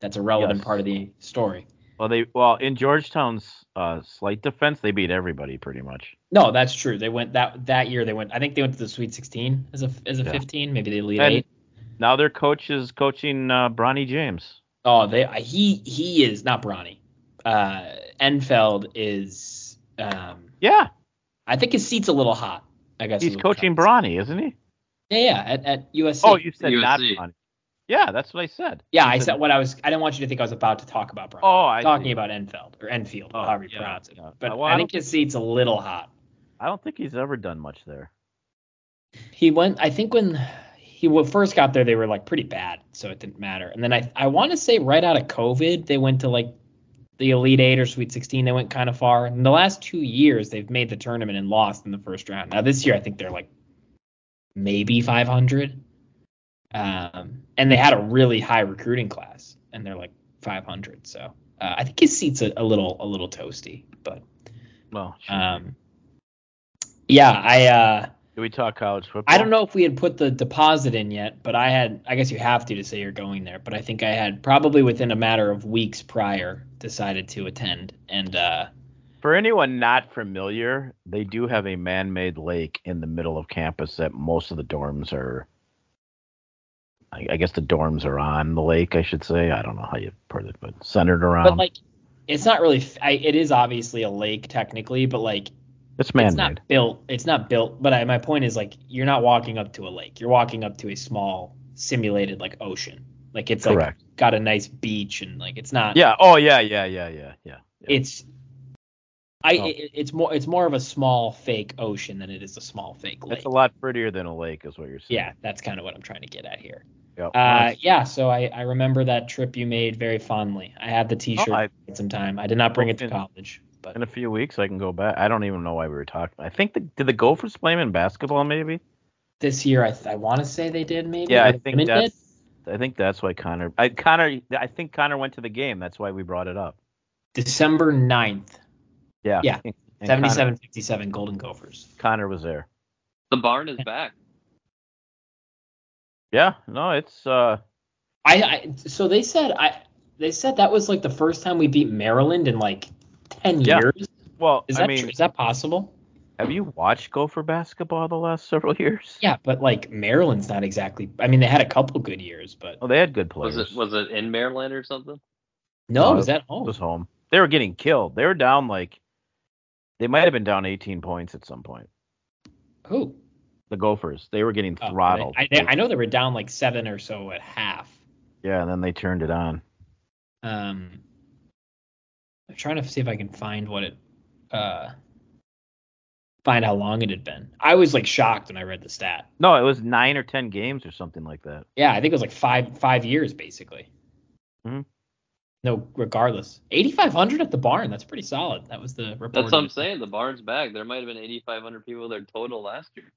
that's a relevant
Yes.
part of the story.
Well, they well in Georgetown's uh, slight defense, they beat everybody pretty much.
No, that's true. They went that that year. They went. I think they went to the Sweet 16 as a as a
Yeah.
15. Maybe they lead
And
eight.
now their coach is coaching uh, Bronny James.
Oh, they he he is not Bronny. Uh, Enfeld is. Um,
Yeah,
I think his seat's a little hot. I guess
he's
is what
coaching
I'm trying
Bronny, isn't he?
to say. Yeah, yeah. At, at USC.
Oh, you said
USC.
not Bronny. Yeah, that's what I said.
yeah. I
said-
said what I was. I didn't want you to think I was about to talk about Bronny.
Oh, I
talking
see.
about Enfeld or Enfield,
Oh,
however you
yeah,
pronounce it.
yeah.
But
Well, I
I
don't
think his seat's a little hot.
I don't think he's ever done much there.
He went. I think when he wa- first got there, they were like pretty bad, so it didn't matter. And then I I want to say right out of COVID, they went to like the Elite Eight or Sweet 16. They went kind of far. In the last two years, they've made the tournament and lost in the first round. Now this year, I think they're like maybe 500. Um, and they had a really high recruiting class, and they're like 500. So uh, I think his seat's a, a little a little toasty, but
Well, shoot.
um, yeah, I. Uh,
do we talk college football?
I don't know if we had put the deposit in yet, but I had I guess you have to to say you're going there, but I think I had probably within a matter of weeks prior decided to attend and uh
For anyone not familiar, they do have a man-made lake in the middle of campus that most of the dorms are. I, I guess the dorms are on the lake. I should say. I don't know how you put it, but centered around.
but like it's not really f I it is obviously a lake technically, but like
it's
it's
man-made.
not built it's not built, but I, my point is like you're not walking up to a lake. You're walking up to a small simulated like ocean. Like it's
Correct.
like got a nice beach and like it's not
yeah. Oh yeah. Yeah. Yeah. Yeah. Yeah. yeah.
it's I
Oh.
it, it's more it's more of a small fake ocean than it is a small fake lake.
It's a lot prettier than a lake, is what you're saying.
yeah, that's kind of what I'm trying to get at here.
Yeah.
Uh, yeah, so I, I remember that trip you made very fondly. I had the T-shirt
Oh, I-
at some time. I did not bring it to
In-
college, but
in a few weeks, I can go back. I don't even know why we were talking. I think the, did the Gophers play him in basketball? Maybe.
this year I, th- I want to say they did maybe.
Yeah, I
or the
think
women did.
that's- I think that's why Connor. I Connor. I think Connor went to the game. That's why we brought it up.
December 9th,
Yeah.
Yeah.
And- and Connor-
77-57 Golden Gophers.
Connor was there.
The barn is back.
Yeah, no, it's uh
I, I so they said I they said that was like the first time we beat Maryland in like 10
Yeah.
years.
well,
Is
I
that
mean,
true? Is that possible?
have you watched Gopher basketball the last several years?
Yeah, but like Maryland's not exactly. I mean, they had a couple good years, but
Oh, they had good players.
Was it was it in Maryland or something?
no,
No,
it was at
It
home.
was home. They were getting killed. They were down like they might have been down 18 points at some point.
Who?
The Gophers, they were getting
Oh,
throttled.
I, I, I know they were down like seven or so at half.
yeah, and then they turned it on.
Um, I'm trying to see if I can find what it, uh, find how long it had been. I was like shocked when I read the stat.
No, it was 9 or 10 games or something like that.
Yeah, I think it was like five five years basically.
Mhm.
No, regardless, 8,500 at the barn. That's pretty solid. That was the report.
That's what I'm saying. The barn's back. There might have been 8,500 people there total last year.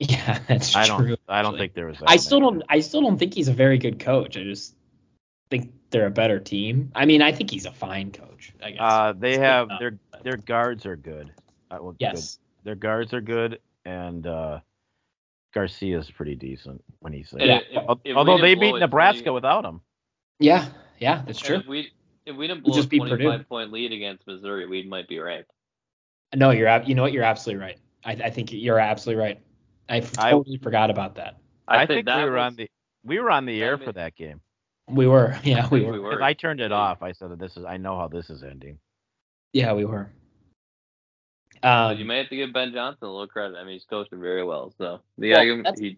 Yeah, that's
I
true.
don't I don't
actually.
think there was that
I still
many.
don't. I still don't think he's a very good coach. I just think they're a better team. I mean, I think he's a fine coach. I guess.
uh they
Still
have
not.
their their guards are good. Uh, well, good.
yes.
Their guards are good, and uh, Garcia's pretty decent when he's there.
Yeah.
Al-
if we
Although
didn't
they
blow
beat
it
Nebraska
20
without him.
Yeah. Yeah. That's true.
If we if we didn't blow
just
a
beat Purdue.
25 point lead against Missouri, we might be ranked.
No, you're. ab- You know what? You're absolutely right. I, I think you're absolutely right. I f-
I-
totally forgot about that.
I, think, we were
was-
on the we were on the
that
air
ma-
for that game.
We were.
I
Yeah, we
think
were.
'Cause I turned it off. I said that this is I know how this is ending.
Yeah, we were.
Uh,
Um,
you may have to give Ben Johnson a little credit. I mean, he's coaching very well. So the
Well,
argument,
that's-
he,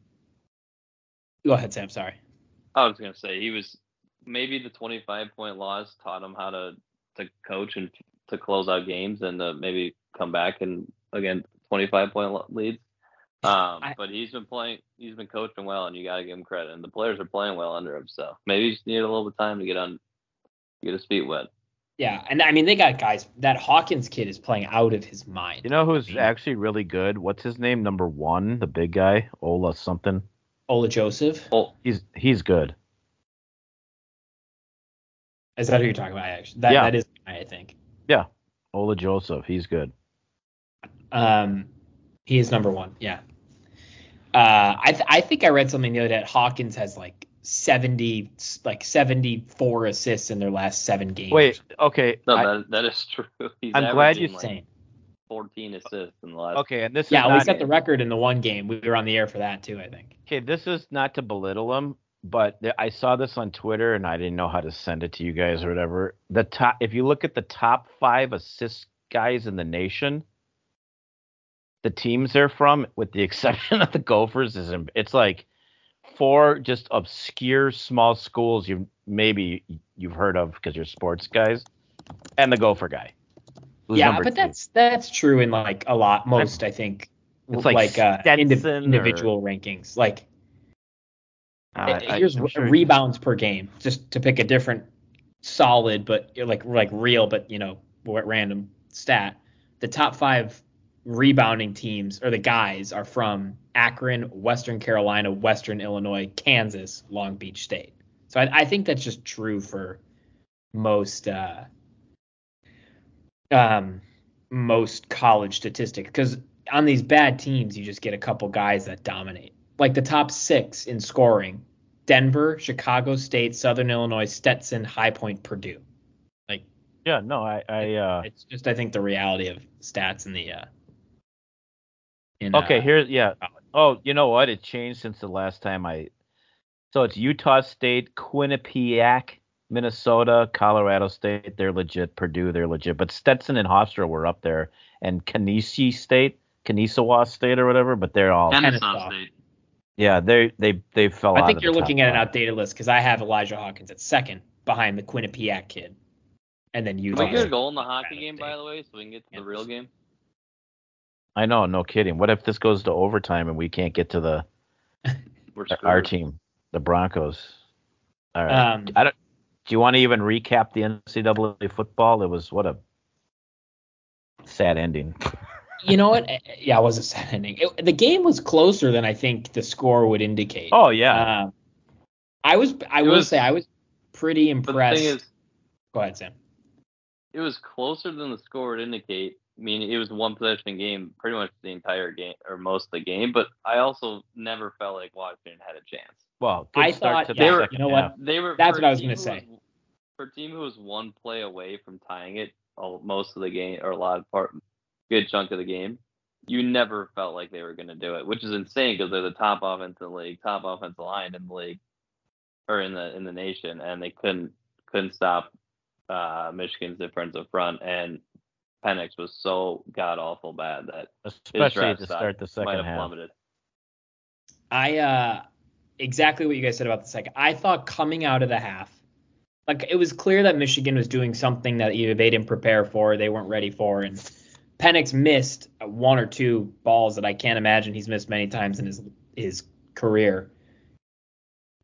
go ahead, Sam. Sorry.
I was gonna say he was maybe the 25 point loss taught him how to to coach and to close out games and to maybe come back and again 25 point lo- leads. Um,
I-
but he's been playing, he's been coaching well, and you gotta give him credit. And the players are playing well under him, so maybe he just needed a little bit of time to get on, get his feet wet.
Yeah, and I mean they got guys. That Hawkins kid is playing out of his mind.
You know who's
Mhm.
actually really good? What's his name? Number one, the big guy, Ola something.
Ola Joseph.
Oh,
He's he's good.
Is that who you're talking about? Actually, that
Yeah.
that is. I think.
Ola Joseph, he's good.
Um, he is number one. Yeah. Uh, I th- I think I read something the other day that Hawkins has like seventy like seventy four assists in their last seven games.
Wait, okay.
No,
I-
that, that is true. He's
I'm glad you
averaging, like,
insane.
14 assists in the last.
okay, and this is
yeah, we
not,
set the record in the one game. We were on the air for that too, I think.
okay. This is not to belittle him, but th- I saw this on Twitter and I didn't know how to send it to you guys or whatever. The top, if you look at the top five assist guys in the nation, the teams they're from, with the exception of the Gophers, is em- it's like four just obscure small schools you maybe you've heard of because you're sports guys, and the Gopher guy. who's
yeah,
number
but
two.
that's that's true in like a lot most I think
It's
like,
like
uh, indi-
Stetson or-
individual rankings. Like
Uh, I-
here's
I'm
re-
sure-
rebounds per game, just to pick a different solid but like like real but you know wa- random stat. The top five rebounding teams or the guys are from Akron, Western Carolina, Western Illinois, Kansas, Long Beach State. So I, I think that's just true for most uh, um, most college statistics because on these bad teams you just get a couple guys that dominate. Like the top six in scoring Denver, Chicago State, Southern Illinois, Stetson, High Point, Purdue.
Yeah, no, I, I uh,
It's just I think the reality of stats in the uh in,
okay.
uh,
Here's yeah. Oh, you know what? It changed since the last time I. So it's Utah State, Quinnipiac, Minnesota, Colorado State. They're legit. Purdue, they're legit. But Stetson and Hofstra were up there, and Kinesi State, Kanisawa State or whatever. But they're all
And-
Kennesaw State.
yeah. They they they fell out.
I think
of
you're
the top
looking at an
five.
outdated list because I have Elijah Hawkins at second behind the Quinnipiac kid. And then
Can
Utah.
we get a
State.
goal in the hockey
Colorado
game,
State.
by the way, so we can get to the
Kansas.
real game?
I know. No kidding. What if this goes to overtime and we can't get to the
We're
our
screwed.
team, the Broncos? All right.
Um,
I don't. Do you want to even recap the NCAA football? It was what a sad ending.
you know what? Yeah, it was a sad ending. It, the game was closer than I think the score would indicate.
Oh yeah,
Um, I was. I
It
will
was-
say I was pretty
But the
impressed.
thing is,
Go ahead, Sam.
it was closer than the score would indicate. I mean, it was one possession game pretty much the entire game or most of the game, but I also never felt like Washington had a chance.
well, good
I
start
thought-
to the
yeah,
second
you know what?
half.
They were
That's
for
what I
a
was
team
gonna
who was- For a team who was one play away from tying it all, most of the game or a lot of part good chunk of the game, you never felt like they were going to do it, which is insane because they're the top offense in the league, top offensive line in the league, or in the in the nation, and they couldn't couldn't stop uh, Michigan's defensive front, and Penix was so god awful bad that his
especially
draft
to
stock
start the
might
second
have
half.
plummeted.
I uh, exactly what you guys said about the second. I thought coming out of the half, like it was clear that Michigan was doing something that either they didn't prepare for, or they weren't ready for, and Penix missed one or two balls that I can't imagine he's missed many times in his his career.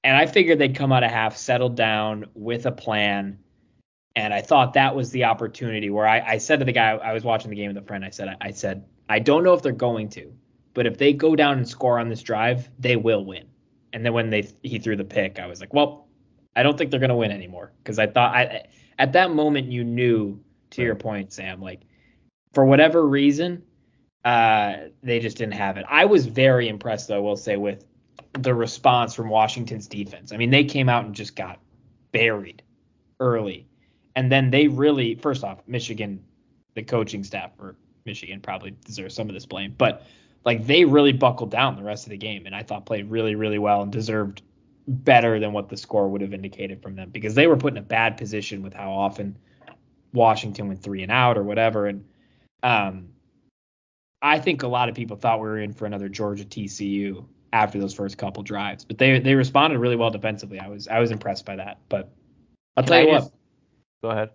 And I figured they'd come out of half, settled down with a plan. And I thought that was the opportunity where I, I said to the guy, I was watching the game with a friend, I said, I said, I don't know if they're going to, but if they go down and score on this drive, they will win. And then when they he threw the pick, I was like, well, I don't think they're going to win anymore because I thought I at that moment you knew to your point, Sam, like for whatever reason, uh, they just didn't have it. I was very impressed though, I will say, with the response from Washington's defense. I mean, they came out and just got buried early. And then they really, first off, Michigan, the coaching staff for Michigan probably deserves some of this blame, but like they really buckled down the rest of the game and I thought played really, really well and deserved better than what the score would have indicated from them because they were put in a bad position with how often Washington went three and out or whatever. And um, I think a lot of people thought we were in for another Georgia TCU after those first couple drives, but they they responded really well defensively. I was I was impressed by that. But I'll
Can
tell
I
you
just-
what,
Go ahead,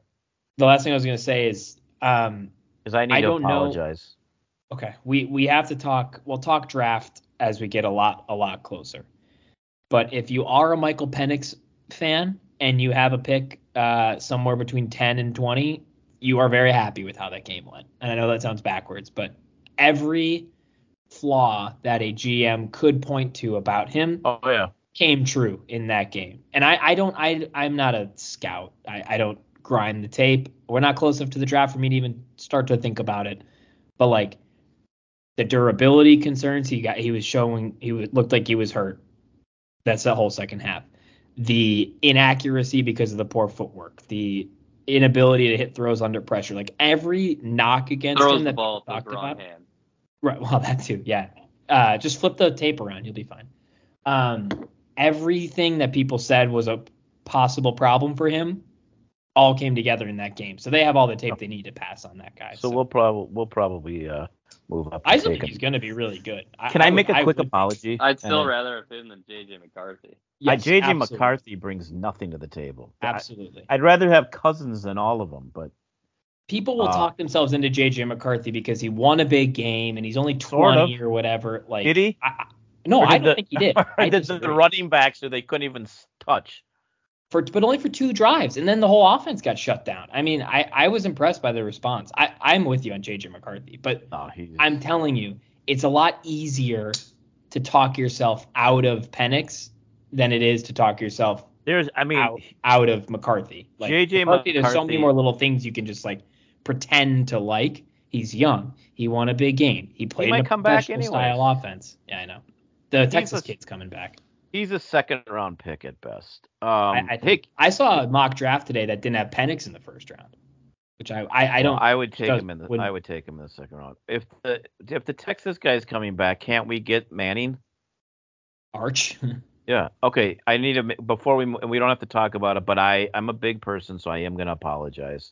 the last thing I was going to say is um,
because I need
I
to
don't know-
apologize.
Okay, we we have to talk. We'll talk draft as we get a lot a lot closer. But if you are a Michael Penix fan and you have a pick uh, somewhere between ten and twenty, you are very happy with how that game went. And I know that sounds backwards, but every flaw that a GM could point to about him
Oh yeah,
came true in that game. And I, I don't I I'm not a scout. I, I don't grind the tape. We're not close enough to the draft for me to even start to think about it. But like the durability concerns he got he was showing he was, looked like he was hurt. That's the whole second half. the inaccuracy because of the poor footwork, the inability to hit throws under pressure. Like every knock against
Throws
him
the
that
ball
people
with
talked
the wrong
about-
hand.
Right. Well, that too. Yeah. Uh, just flip the tape around. You'll be fine. Um, everything that people said was a possible problem for him all came together in that game. So they have all the tape they need to pass on that guy.
So we'll probably we'll probably uh, move up.
I
and
still
take
think he's
him.
going to be really good.
Can I,
would-
make a quick uh,
would-
apology?
I'd still
And-
rather have him than JJ McCarthy.
Uh,
Yes,
JJ
absolutely.
McCarthy brings nothing to the table. I-
Absolutely.
I'd rather have Cousins than all of them, but
People will
Uh,
talk themselves into JJ McCarthy because he won a big game and he's only 20
Sort of.
or whatever. Like,
did he?
I, I- no,
Or
I
did
don't
the-
think he did.
or
I
did the
disagree.
running backs who they couldn't even s- touch.
for but only for two drives, and then the whole offense got shut down. I mean, I I was impressed by the response. I I'm with you on JJ McCarthy, but
No, he,
I'm telling you, it's a lot easier to talk yourself out of Penix than it is to talk yourself
there's. I mean,
out, out of McCarthy. Like
JJ
McCarthy, there's so
McCarthy-
many more little things you can just like pretend to like. He's young. He won a big game. He played
might
in a
come back
professional
anyways.
style offense. Yeah, I know. The Texas
a-
kid's coming back.
he's a second round pick at best. Um,
I, I think I saw a mock draft today that didn't have Penix in the first round, which I I, I
well,
don't.
I would take
does-
him in the.
wouldn't-
I would take him in the second round. If the if the Texas guy's coming back, can't we get Manning?
Arch.
Yeah. Okay. I need a before we and we don't have to talk about it, but I I'm a big person, so I am gonna apologize.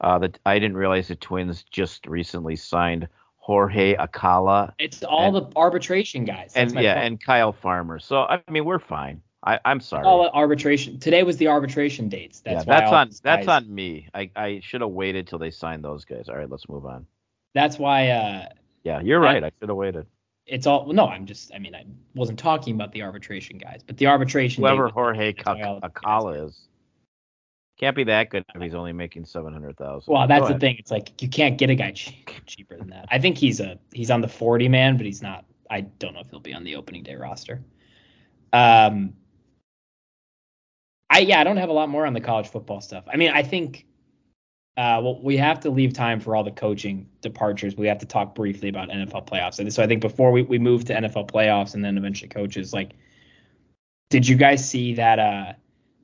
Uh, that I didn't realize the Twins just recently signed Jorge Acala
it's all the arbitration guys. That's
and
my
yeah
point.
and Kyle Farmer. So I mean we're fine. I I'm sorry.
all the arbitration. Today was the arbitration dates.
yeah,
That's why
that's
all
on
these
that's
guys-
on me. I I should have waited till they signed those guys. All right, let's move on.
That's why uh,
Yeah, you're
I-
right. I should have waited.
it's all. Well, no, I'm just. I mean, I wasn't talking about the arbitration guys, but the arbitration. date
Whoever
was-
Jorge
that's why all
Ca-
the guys-
Acala is can't be that good if he's only making seven hundred thousand.
Well, that's the thing. It's like you can't get a guy che- cheaper than that. I think he's a he's on the 40 man, but he's not. I don't know if he'll be on the opening day roster. Um, I yeah, I don't have a lot more on the college football stuff. I mean, I think uh, well, we have to leave time for all the coaching departures. We have to talk briefly about NFL playoffs. And so I think before we, we move to NFL playoffs and then eventually coaches, like, did you guys see that uh,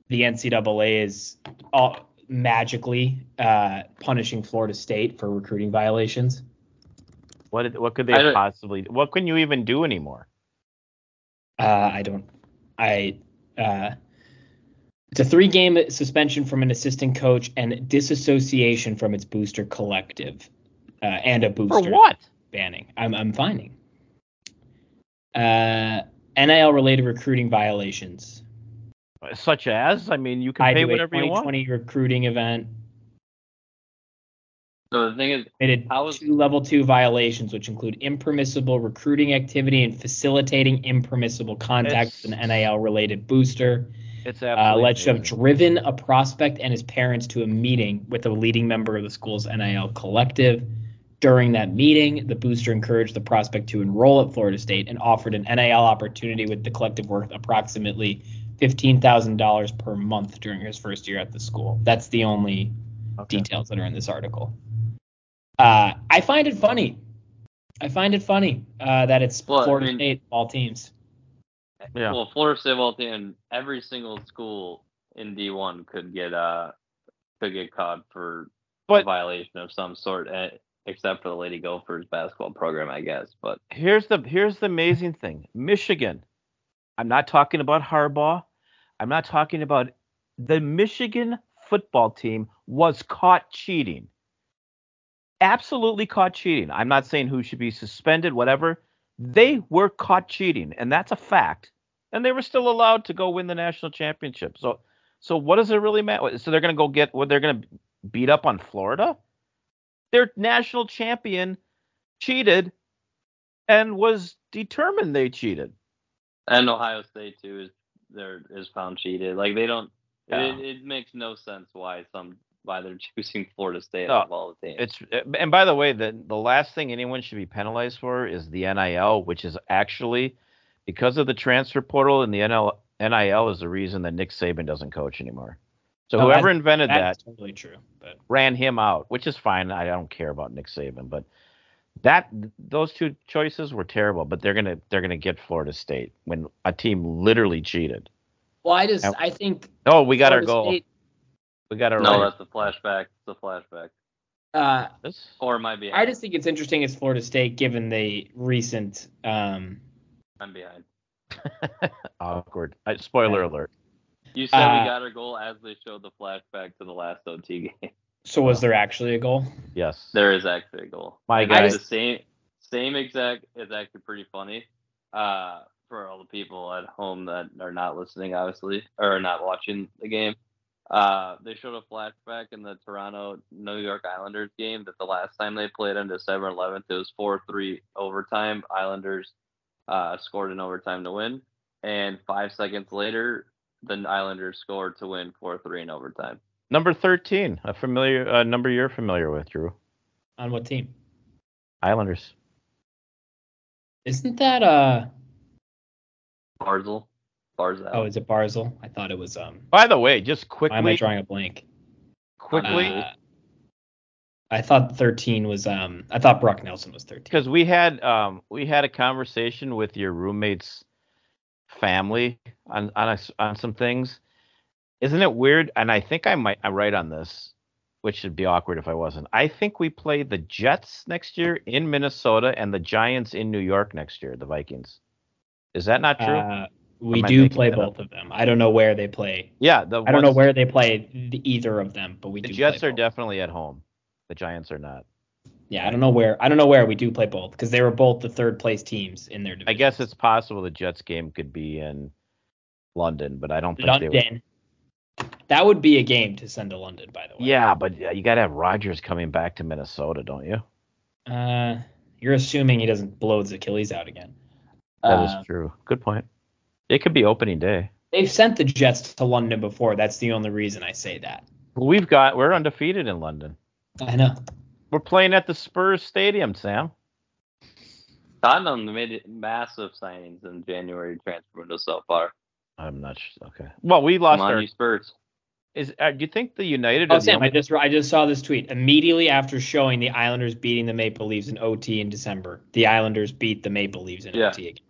the NCAA is all uh, magically uh, punishing Florida State for recruiting violations?
What did- what could
I
they
don't-
possibly? What can you even do anymore?
Uh, I don't. I. Uh, it's a three-game suspension from an assistant coach and disassociation from its booster collective, uh, and a
For
booster.
what?
banning. I'm I'm finding. Uh, NIL related recruiting violations.
Such as? I mean, you can
I
pay
do a
whatever you want.
2020 recruiting event.
So the thing is,
Committed
How is-
two level two violations, which include impermissible recruiting activity and facilitating impermissible contact with an
It's-
NIL related booster.
It's
Uh,
absolutely
alleged to have
amazing.
driven a prospect and his parents to a meeting with a leading member of the school's NIL collective. During that meeting, the booster encouraged the prospect to enroll at Florida State and offered an NIL opportunity with the collective worth approximately $15,000 per month during his first year at the school. That's the only
Okay.
details that are in this article. Uh, I find it funny. I find it funny uh, that it's
Well, I
Florida
mean-
State all teams.
Yeah.
well, Florida State will and every single school in D1 could get uh could get caught for
But-
a violation of some sort, eh, except for the Lady Gophers basketball program, I guess. But
here's the here's the amazing thing. Michigan. I'm not talking about Harbaugh. I'm not talking about the Michigan football team was caught cheating. Absolutely caught cheating. I'm not saying who should be suspended, whatever. They were caught cheating, and that's a fact. And they were still allowed to go win the national championship. So so what does it really matter? So they're gonna go get what they're gonna beat up on Florida? Their national champion cheated and was determined they cheated.
and Ohio State too is there is found cheated. Like they don't.
Yeah.
It, it makes no sense why some why they're choosing Florida State
No,
out of all the teams.
It's and by the way, the the last thing anyone should be penalized for is the NIL, which is actually because of the transfer portal and the NIL NIL is the reason that Nick Saban doesn't coach anymore. So
No,
whoever
that's-
invented that
That's totally true. But
ran him out, which is fine. I don't care about Nick Saban, but that those two choices were terrible. But they're gonna they're gonna get Florida State when a team literally cheated.
Well, I just I think
Oh, we got our
Florida
goal.
State,
we got our
No,
right.
that's a flashback. It's a flashback.
uh,
This-
Or it might be.
I just think it's interesting it's Florida State given the recent um,
I'm behind.
awkward. Uh, spoiler alert.
You said
Uh,
we got our goal as they showed the flashback to the last OT game.
so was there actually a goal?
Yes.
There is actually a goal.
My
I
guy.
the same same exact is actually pretty funny. Uh, for all the people at home that are not listening, obviously, or not watching the game. Uh, they showed a flashback in the Toronto New York Islanders game that the last time they played on December 11th, it was 4 3 overtime. Islanders uh, scored in overtime to win. And five seconds later, the Islanders scored to win 4 3 in overtime.
Number 13, a familiar uh, number you're familiar with, Drew.
On what team?
Islanders.
Isn't that uh
Barzil. Barzil.
oh is it Barzil? I thought it was um
By the way, just
why am I
quickly,
drawing a blank?
quickly,
Uh, I thought thirteen was um I thought Brock Nelson was thirteen.
because we had um we had a conversation with your roommate's family on on us on some things. Isn't it weird? And I think I might I'm right on this, which should be awkward if I wasn't. I think we play the Jets next year in Minnesota and the Giants in New York next year. The Vikings. Is that not true?
Uh, we
Am I
do
making
play
that up?
both of them. I don't know where they play.
yeah. The
I don't know
ones-
where they play the, either of them, but we
the
do.
Jets
play
are
both.
definitely at home. The Giants are not.
Yeah, I don't know where. I don't know where we do play both because they were both the third place teams in their division.
I guess it's possible the Jets game could be in London, but I don't think they would.
London. That would be a game to send to London, by the way.
Yeah, but yeah, you got to have Rogers coming back to Minnesota, don't you?
Uh, you're assuming he doesn't blow his Achilles out again.
That is
Uh,
true. Good point. It could be opening day.
They've sent the Jets to London before. That's the only reason I say that.
Well, we've got we're undefeated in London.
I know.
We're playing at the Spurs Stadium, Sam.
Tottenham made it massive signings in January transfer window so far.
I'm not sure. Okay. Well, we lost
Come on,
our.
you Spurs.
Is uh, do you think the United?
Oh,
are the
Sam, I
only-
just I just saw this tweet immediately after showing the Islanders beating the Maple Leafs in OT in December. The Islanders beat the Maple Leaves in
Yeah.
OT again.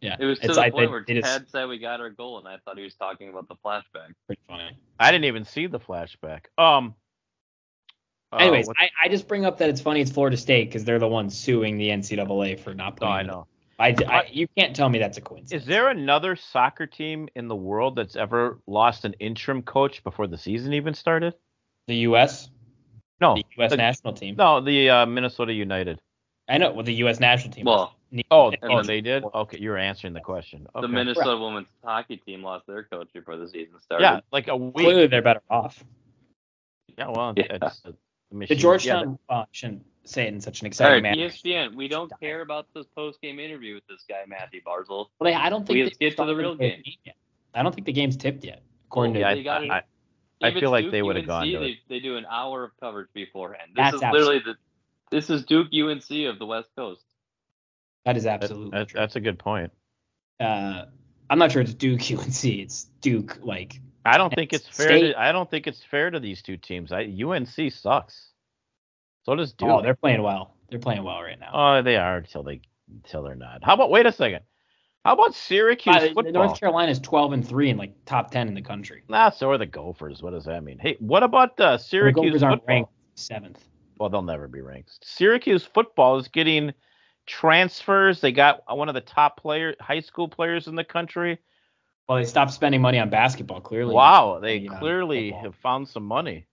Yeah,
It was to
it's
the
I-
point
it-
where
it is
Ted said we got our goal, and I thought he was talking about the flashback.
pretty funny.
I didn't even see the flashback. Um. uh,
Anyways,
what-
I, I just bring up that it's funny it's Florida State because they're the ones suing the NCAA for not
oh,
playing.
I know.
I, I- you can't tell me that's a coincidence.
Is there another soccer team in the world that's ever lost an interim coach before the season even started?
the U.S.
No,
the U.S.
Oh, the-
national team.
no, the uh, Minnesota United.
I know. Well, the U.S. national team.
Well,
Oh,
And
oh,
then-
they did. Okay, you were answering the question. Okay.
The Minnesota women's hockey team lost their coach before the season started.
yeah, like a week.
clearly they're better off.
Yeah, well,
Yeah.
it's a machine.
The
Yeah,
Georgetown uh, shouldn't say it in such an
All right,
exciting
E
manner.
ESPN, we don't care about this post-game interview with this guy Matthew Barzil.
Well, they, I don't think
We
they
get to the real
started
game.
yet. I don't think the game's tipped yet. According
Oh, yeah,
to
I,
They got it.
I- I
Even
feel like
Duke
they would've
UNC,
gone to
They, they do an hour of coverage beforehand. This
That's
is literally the this is Duke UNC of the West Coast.
that is
that-
absolutely
that-
true.
that's a good point.
uh, I'm not sure it's Duke UNC. It's Duke like
I don't think it's fair.
State-
To, I don't think it's fair to these two teams. I, UNC sucks. So does Duke.
oh they're playing well. They're playing well right now.
Oh, they are until they until they're not. How about wait a second? How about Syracuse
Uh,
football?
North Carolina's 12 and three and like top 10 in the country.
Nah, so are the Gophers. What does that mean? Hey, what about uh,
The
Syracuse
Gophers aren't
football?
ranked seventh.
Well, they'll never be ranked. Syracuse football is getting transfers. They got one of the top player, high school players in the country.
Well, they stopped spending money on basketball. Clearly.
Wow, they
Yeah,
clearly
uh, football.
have found some money.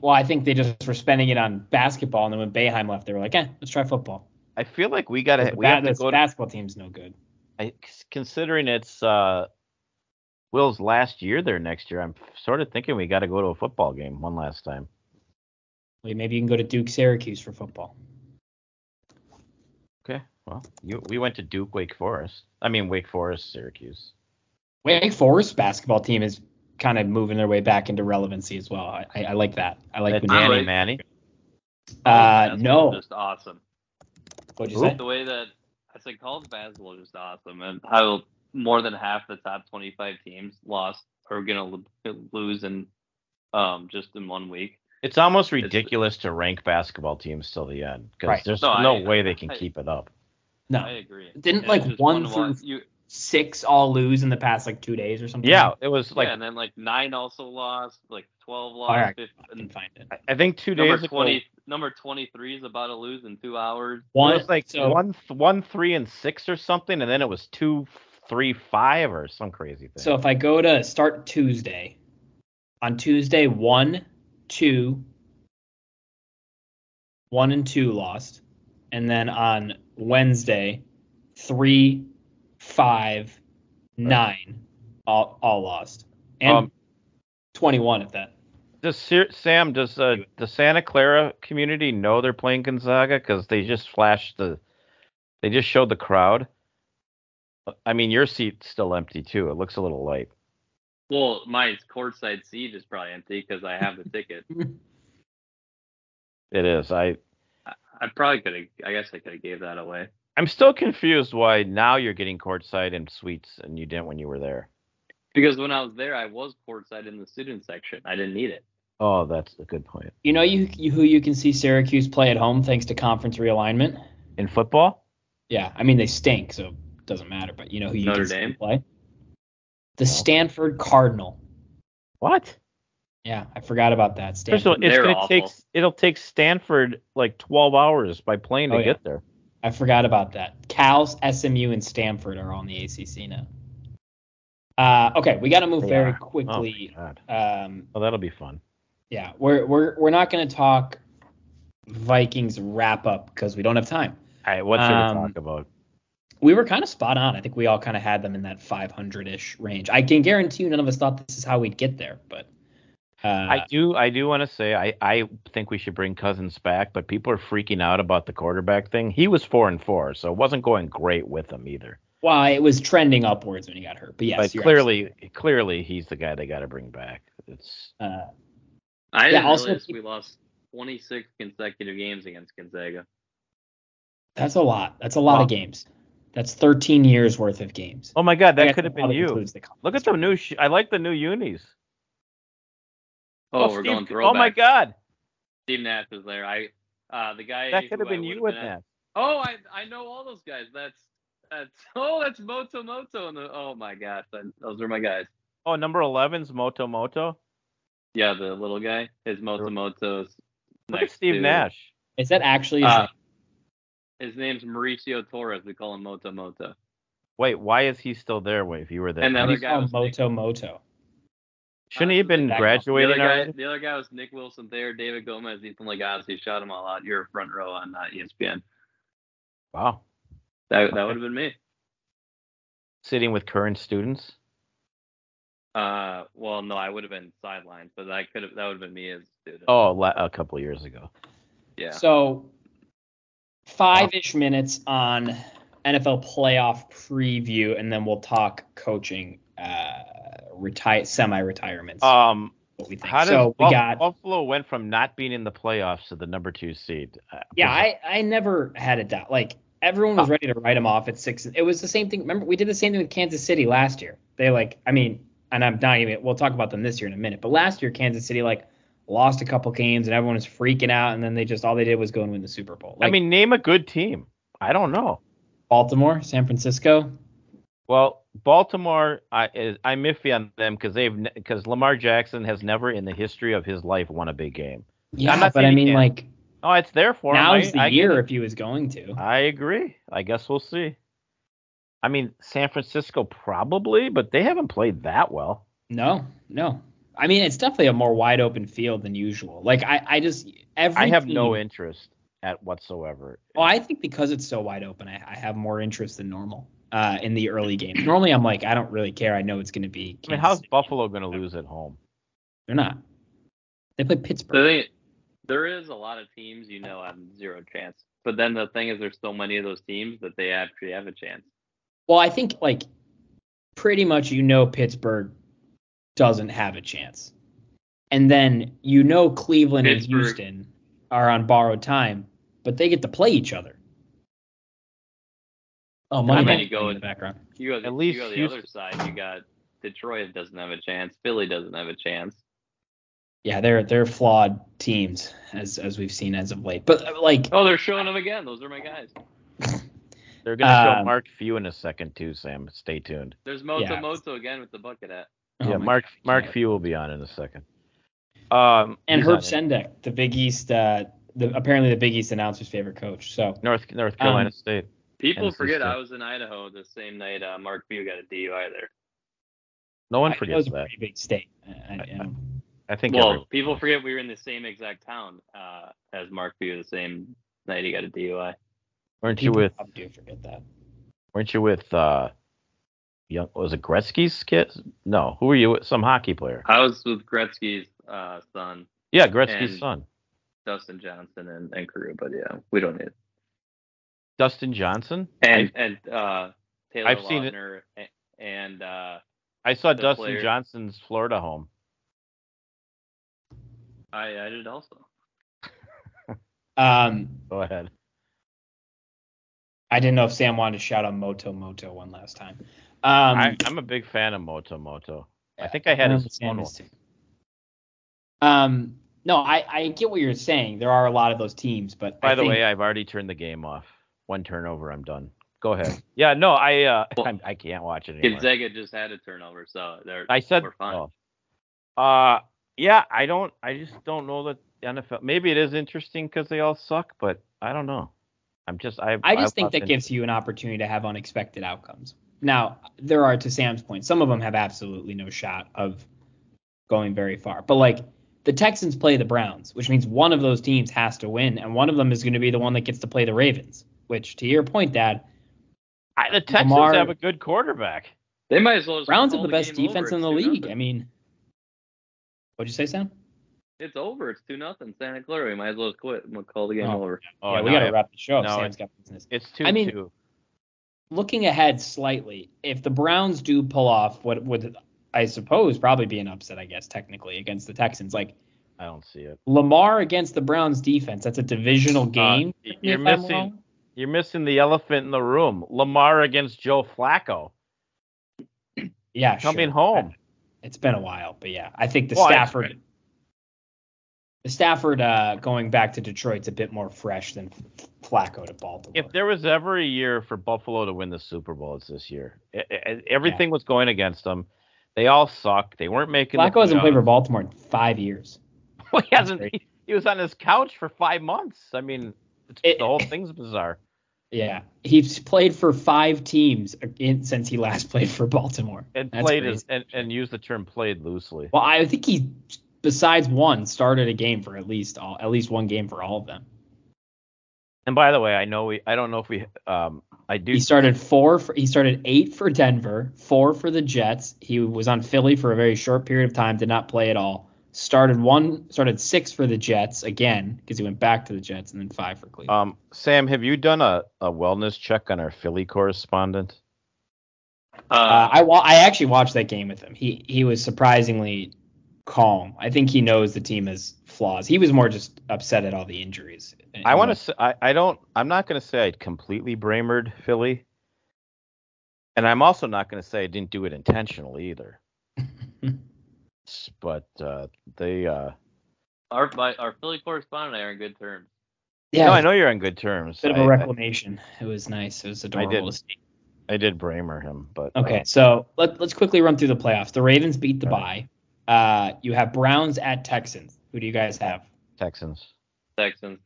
Well, I think they just were spending it on basketball, and then when Bayheim left, they were like, "Eh, let's try football."
I feel like we got to.
The
We have
ba-
to
this
go. To,
basketball team's no good.
I, considering it's uh, Will's last year there next year, I'm sort of thinking we got to go to a football game one last time.
Wait, maybe you can go to Duke Syracuse for football.
Okay. Well, you, we went to Duke, Wake Forest. I mean, Wake Forest, Syracuse.
Wake Forest basketball team is kind of moving their way back into relevancy as well. I, I, I like that. I like
That's
Banana.
Manny.
Manny Manny.
Uh,
That's
no.
just awesome.
What'd you
Who?
say?
the way that I said college basketball is just awesome, and how more than half the top 25 teams lost are gonna l- lose in um just in one week.
It's almost ridiculous to rank basketball teams till the end because
Right.
there's
No,
no
I-
way they can
I-
keep it up.
No.
I agree.
Didn't,
It's
like,
just
one
fun to watch.
through
You,
six all lose in the past like two days or something?
Yeah, it was like
yeah, and then like nine also lost, like twelve lost,
All right, I can
15,
find it.
I think two days
number
ago.
twenty, number twenty three is about to lose in two hours.
it
One
was like
so
one, th- one, three, and six or something, and then it was two, three, five or some crazy thing.
so if I go to start Tuesday, on Tuesday one, two, one and two lost, and then on Wednesday three, five, nine, all all lost, and
Um,
twenty one at that.
does Sir- Sam does uh, the Santa Clara community know they're playing Gonzaga because they just flashed the, they just showed the crowd. I mean, your seat's still empty too. It looks a little light.
Well, my courtside seat is probably empty because I have the ticket.
It is. I
I probably could have. I guess I could have gave that away.
I'm still confused why now you're getting courtside and suites and you didn't when you were there.
Because when I was there, I was courtside in the student section. I didn't need it.
Oh, that's a good point.
You know you, you who you can see Syracuse play at home thanks to conference realignment.
In football,
Yeah, I mean they stink, so it doesn't matter. But you know who you
Notre
can see
Dame?
play?
Oh.
The Stanford Cardinal.
what?
Yeah, I forgot about that.
First of all,
Stanford.
it's
They're
gonna
awful.
take it'll take Stanford like 12 hours by plane to
Oh, yeah.
get there.
I forgot about that. Cal, SMU, and Stanford are on the ACC now. Uh, okay, we got to move
They
very
are. Oh, my
quickly.
God.
Um,
Well, that'll be fun.
yeah, we're we're we're not going to talk Vikings wrap up because we don't have time.
All right, what's there
Um,
to talk about?
We were kind of spot on. I think we all kind of had them in that 500-ish range. I can guarantee you, none of us thought this is how we'd get there, but uh,
I do I do want to say I I think we should bring Cousins back, but people are freaking out about the quarterback thing. He was four and four, so it wasn't going great with him either.
well, it was trending upwards when he got hurt. But yes,
but
you're
clearly clearly he's the guy they got to bring back. It's
absolutely- uh,
I didn't
also-
realize we lost 26 consecutive games against Gonzaga.
That's a lot. That's a lot
Wow.
of games. That's 13 years worth of games.
oh my god,
I guess
that could have
that
been you.
includes the conference.
Look at the new. Sh- I like the new unis.
Oh, we're
Steve-
going throwback.
Oh my god,
Steve Nash was there. I uh, the guy
that could
who
have
I
been
would've
you with
at-
that.
Oh, I I know all those guys. That's that's oh that's Moto Moto and the oh my gosh, that, those are my guys.
Oh, number 11's Moto Moto.
Yeah, the little guy is Moto Moto's.
Look at
next
Steve
to-
Nash.
Is that actually his
Uh,
name?
his name's Mauricio Torres. We call him Moto Moto.
Wait, why is he still there? Wait, if you were there,
And the
How do
other
you
guy
call
was
Moto Moto?
shouldn't he have been
Back off.
The
graduating
other, guy,
already?
the other guy was Nick Wilson Thayer, David Gomez, Ethan Lagasse. He shot them all out. You're a front row on uh, ESPN.
Wow,
That that would have been me.
sitting with current students.
Uh, well, no, I would have been sidelined, but I could have. That would have been me as a student.
Oh, la- a couple years ago.
yeah.
So, five ish minutes on NFL playoff preview, and then we'll talk coaching, uh, retire semi retirements.
Um,
what we think.
how does
so we
Buff-
got?
Buffalo went from not being in the playoffs to the number two seed? Uh,
yeah,
was it-
I I never had a doubt. Like everyone was ready to write him off at six. It was the same thing. Remember, we did the same thing with Kansas City last year. They like, I mean, and I'm not even. We'll talk about them this year in a minute. But last year, Kansas City like lost a couple games, and everyone was freaking out. And then they just all they did was go and win the Super Bowl.
I
Like,
mean, name a good team. I don't know.
Baltimore, San Francisco.
Well, Baltimore, I is, I'm iffy on them because they've because Lamar Jackson has never in the history of his life won a big game.
Yeah,
not
but
saying
I
he
mean,
can't.
like
Oh, it's there for him.
now's
I-
the
I get
year
it.
if he was going to.
I agree. I guess we'll see. I mean, San Francisco probably, but they haven't played that well.
No, no. I mean, it's definitely a more wide open field than usual. Like I, I just every
I have
team-
no interest at whatsoever.
Well, I think because it's so wide open, I, I have more interest than normal uh, in the early games. Normally, I'm like, I don't really care. I know it's going to be.
I mean,
Kansas
how's
City.
Buffalo going to lose at home?
They're not. They play Pittsburgh.
The thing, there is a lot of teams you know have zero chance. But then the thing is, there's so many of those teams that they actually have a chance.
well, I think like pretty much you know Pittsburgh doesn't have a chance, and then you know Cleveland
Pittsburgh.
and Houston are on borrowed time, but they get to play each other. Oh,
I
money
mean,
Ball's
you go
playing in
with-
the background.
You go, the-
At least
you go the other
Houston-
side. You got Detroit doesn't have a chance. Philly doesn't have a chance.
Yeah, they're they're flawed teams as as we've seen as of late. But uh, like
Oh, they're showing them again. Those are my guys.
They're going to show
Um,
Mark Few in a second too, Sam. Stay tuned.
There's Moto
Yeah.
Moto again with the bucket hat.
Oh
yeah,
my
Mark
God,
Mark
yeah.
Few will be on in a second. Um,
and
he's
Herb
on it.
Sendek, the Big East, uh, the apparently the Big East announcer's favorite coach. So
North North Carolina
Um,
State.
People
And
forget
sister.
I was in Idaho the same night uh, Mark Few got a DUI there.
No one
I- that was
forgets
a
that.
pretty big state. I, I, um,
I- I think.
Well,
everyone-
people forget we were in the same exact town uh, as Mark Few the same night he got a DUI.
weren't you
people
with
probably do forget that.
Weren't you with uh, young? Was it Gretzky's kid? No, who were you with? Some hockey player.
I was with Gretzky's uh, son,
Yeah, Gretzky's
And-
son,
Dustin Johnson, and, and Carew, but yeah, we don't need
Dustin Johnson.
and and uh, Taylor
I've seen it.
Lautner a- and uh,
I, I saw
the
Dustin
player-
Johnson's Florida home.
I I did also.
Um,
Go ahead.
I didn't know if Sam wanted to shout out Moto Moto one last time. Um,
I, I'm a big fan of Moto Moto. I think I had
I
his
understand
phone.
this too. Um, no, I, I get what you're saying. There are a lot of those teams, but
By
I
the
think-
way, I've already turned the game off. One turnover, I'm done. Go ahead. Yeah, no, I uh, I'm, I can't watch it anymore.
Gonzaga just had a turnover, so they're
I said
we're fine.
oh. Uh, yeah, I don't. I just don't know that the NFL. Maybe it is interesting because they all suck, but I don't know. I'm just. I.
I just think
lost
that
in-
gives you an opportunity to have unexpected outcomes. Now, there are, to Sam's point, some of them have absolutely no shot of going very far. But like the Texans play the Browns, which means one of those teams has to win, and one of them is going to be the one that gets to play the Ravens. Which, to your point, Dad,
I, the Texans
Lamar-
have a good quarterback.
They might as well. Just
Browns have
call
the best
game
defense
over.
in the
It's two
league.
nothing.
I mean, what'd you say, Sam?
It's over. It's two nothing. Santa Clara. We might as well quit. We'll call the game
Oh.
over.
Oh,
yeah, we
no,
got to wrap the show up.
no,
Sam's got business.
It's two
I mean-
two.
looking ahead slightly, if the Browns do pull off what would I suppose probably be an upset, I guess technically against the Texans, like
I don't see it.
Lamar against the Browns defense, that's a divisional game.
y-
If
Uh, you're
I'm
missing-
wrong.
You're missing the elephant in the room. Lamar against Joe Flacco
Yeah,
coming
sure.
home.
It's been a while, but yeah, I think the
Well, I-
Stafford, the Stafford uh, going back to Detroit's a bit more fresh than Flacco to Baltimore.
If there was ever a year for Buffalo to win the Super Bowl, it's this year. E- e- everything was going against them. They all suck. They weren't making. the
Flacco hasn't played for
playoffs.
Baltimore in five years.
Well, he hasn't.
Great.
He, he was on his couch for five months. I mean, it's,
It-
the whole thing's bizarre.
Yeah, he's played for five teams in, since he last played for Baltimore.
And
That's
played
crazy.
is, and and use the term played loosely.
Well, I think he, besides one, started a game for at least all, at least one game for all of them.
And by the way, I know we. I don't know if we. Um, I do.
He started four. For, he started eight for Denver, four for the Jets. He was on Philly for a very short period of time, did not play at all. Started one, started six for the Jets again because he went back to the Jets, and then five for Cleveland.
Um, Sam, have you done a, a wellness check on our Philly correspondent?
Uh,
Uh, I wa- I actually watched that game with him. He he was surprisingly calm. I think he knows the team has flaws. He was more just upset at all the injuries.
I want to. Say, I, I don't. I'm not going to say I completely bramered Philly, and I'm also not going to say I didn't do it intentionally either. S- but uh, they. Uh,
our my, our Philly correspondent are in good terms.
Yeah,
No,
it
I
was
know you're on good terms.
a bit of a
I-
reclamation. It was nice. It was adorable
didn't.
to see.
I, I did bramer him, but uh,
Okay, so let, let's quickly run through the playoffs. The Ravens beat the
All
bye. Uh, you have Browns at Texans. Who do you guys have?
Texans.
Texans.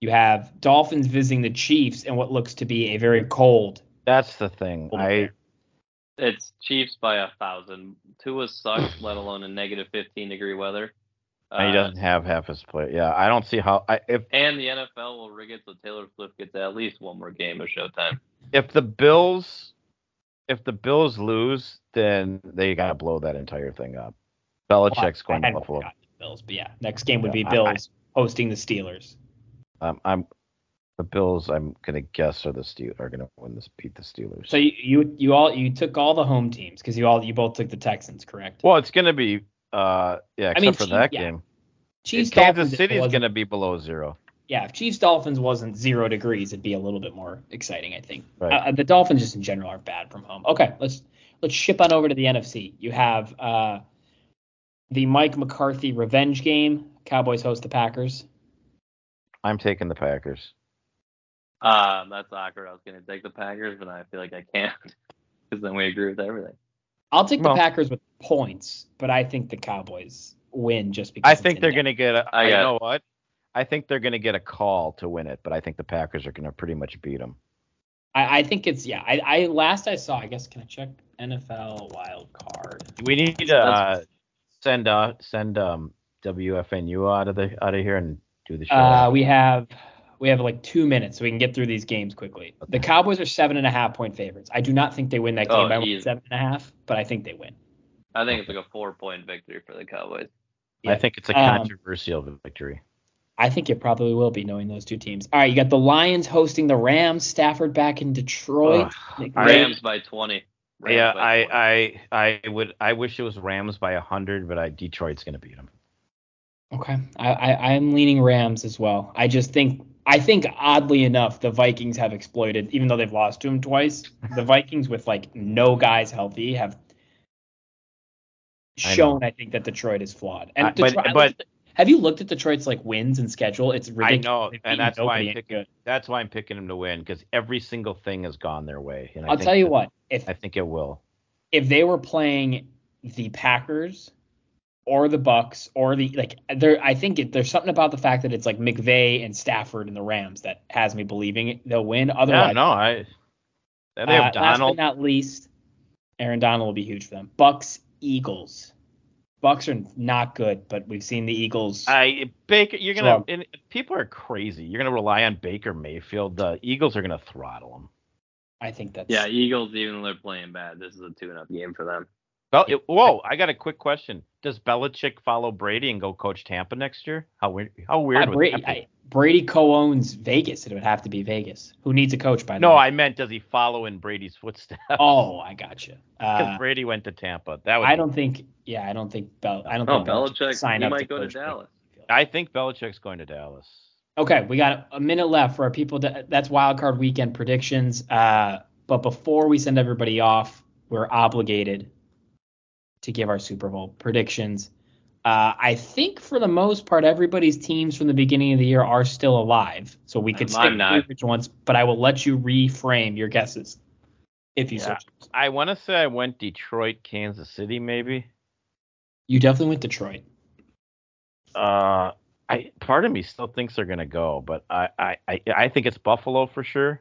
You have Dolphins visiting the Chiefs in what looks to be a very cold.
That's the thing.
Hold on
I
there.
It's Chiefs by a thousand. Tua sucks, let alone in negative 15 degree weather.
Uh,
Uh,
he doesn't have half his play. Yeah, I don't see how. I if
And the NFL will rig it so Taylor Swift gets at least one more game of Showtime.
if the Bills if the Bills lose, then they gotta blow that entire thing up. Belichick's going
I
to
hadn't
Buffalo.
forgotten the Bills, but yeah, next game would be
Yeah, I-
Bills hosting the Steelers.
Um, I'm the Bills. I'm gonna guess are the Steel are gonna win this beat the Steelers.
So you you, you all you took all the home teams because you all you both took the Texans, correct?
well, it's gonna be uh yeah, except
mean,
for
Chief-
that
yeah.
game.
Chiefs
Kansas
Dolphins, if it
City's
wasn't-
gonna be below zero.
yeah, if Chiefs Dolphins wasn't zero degrees, it'd be a little bit more exciting, I think.
Right.
Uh, the Dolphins just in general are bad from home. Okay, let's let's ship on over to the NFC. You have uh, the Mike McCarthy revenge game. Cowboys host the Packers.
I'm taking the Packers.
Um, that's awkward. I was going to take the Packers, but I feel like I can't because then we agree with everything.
I'll take the
Well-
Packers with points, but I think the Cowboys win just because.
I
it's
think
in
they're
Denver.
going to get. A,
I
I
got-
know what. I think they're going to get a call to win it, but I think the Packers are going to pretty much beat them.
I, I think it's yeah. I, I last I saw, I guess. Can I check NFL wild card?
We need to uh, send uh, send um, WFNU out of the out of here and do the show.
Uh, we have we have like two minutes, so we can get through these games quickly. The
Okay.
Cowboys are seven and a half point favorites. I do not think they win that game
Oh,
by more than
easy.
seven and a half, but I think they win.
I think it's like a four point victory for the Cowboys.
yeah.
I think it's a
Um,
controversial victory.
I think it probably will be knowing those two teams. All right, you got the Lions hosting the Rams. Stafford back in Detroit.
Ugh, I-
Rams by 20. Rams
yeah,
by 20.
I, I I would I wish it was Rams by hundred, but I Detroit's going to beat them.
Okay, I, I I'm leaning Rams as well. I just think I think oddly enough the Vikings have exploited, even though they've lost to them twice. The Vikings with like no guys healthy have
I know.
shown I, think that Detroit is flawed. And
I- but-
Detroit,
but-
have you looked at Detroit's like wins and schedule? It's
I
ridiculous.
know,
They've beaten
and that's why
nobody
I'm
any
picking.
good.
That's why I'm picking them to win because every single thing has gone their way. And I
I'll
think
tell you
that-
what, if
I think it will.
if they were playing the Packers or the Bucks or the like, there I think it, there's something about the fact that it's like McVay and Stafford and the Rams that has me believing it, they'll win. Otherwise,
Yeah, no, I. They
uh, last
have
but
Donald.
not least, Aaron Donald will be huge for them. Bucks Eagles. Bucks are not good, but we've seen the Eagles.
I Baker, you're gonna.
Drunk.
And people are crazy. You're gonna rely on Baker Mayfield. The Eagles are gonna throttle him.
I think that's
Yeah, Eagles, even though they're playing bad, this is a tune up game for them.
Well, it, whoa! I got a quick question. Does Belichick follow Brady and go coach Tampa next year? How weird! How weird
I-
would
Brady,
that be?
I- Brady co-owns Vegas. It would have to be Vegas. Who needs a coach by the
no,
way?
I meant does he follow in Brady's footsteps?
Oh, I gotcha.
Because
Uh,
Brady went to Tampa. That would.
I
be-
don't think. Yeah, I don't think Bel. I don't
Oh,
think Belichick
Belichick,
signed
he
up
might go to
coach Baker.
Dallas.
I think Belichick's going to Dallas.
Okay, we got a minute left for our people. To, that's wild card weekend predictions. Uh, but before we send everybody off, we're obligated to give our Super Bowl predictions. Uh, I think for the most part, everybody's teams from the beginning of the year are still alive, so we could
I'm
stick
not.
with which ones. But I will let you reframe your guesses if you
Yeah.
so.
I want to say I went Detroit, Kansas City, maybe.
You definitely went Detroit.
Uh, I part of me still thinks they're gonna go, but I I I, I think it's Buffalo for sure.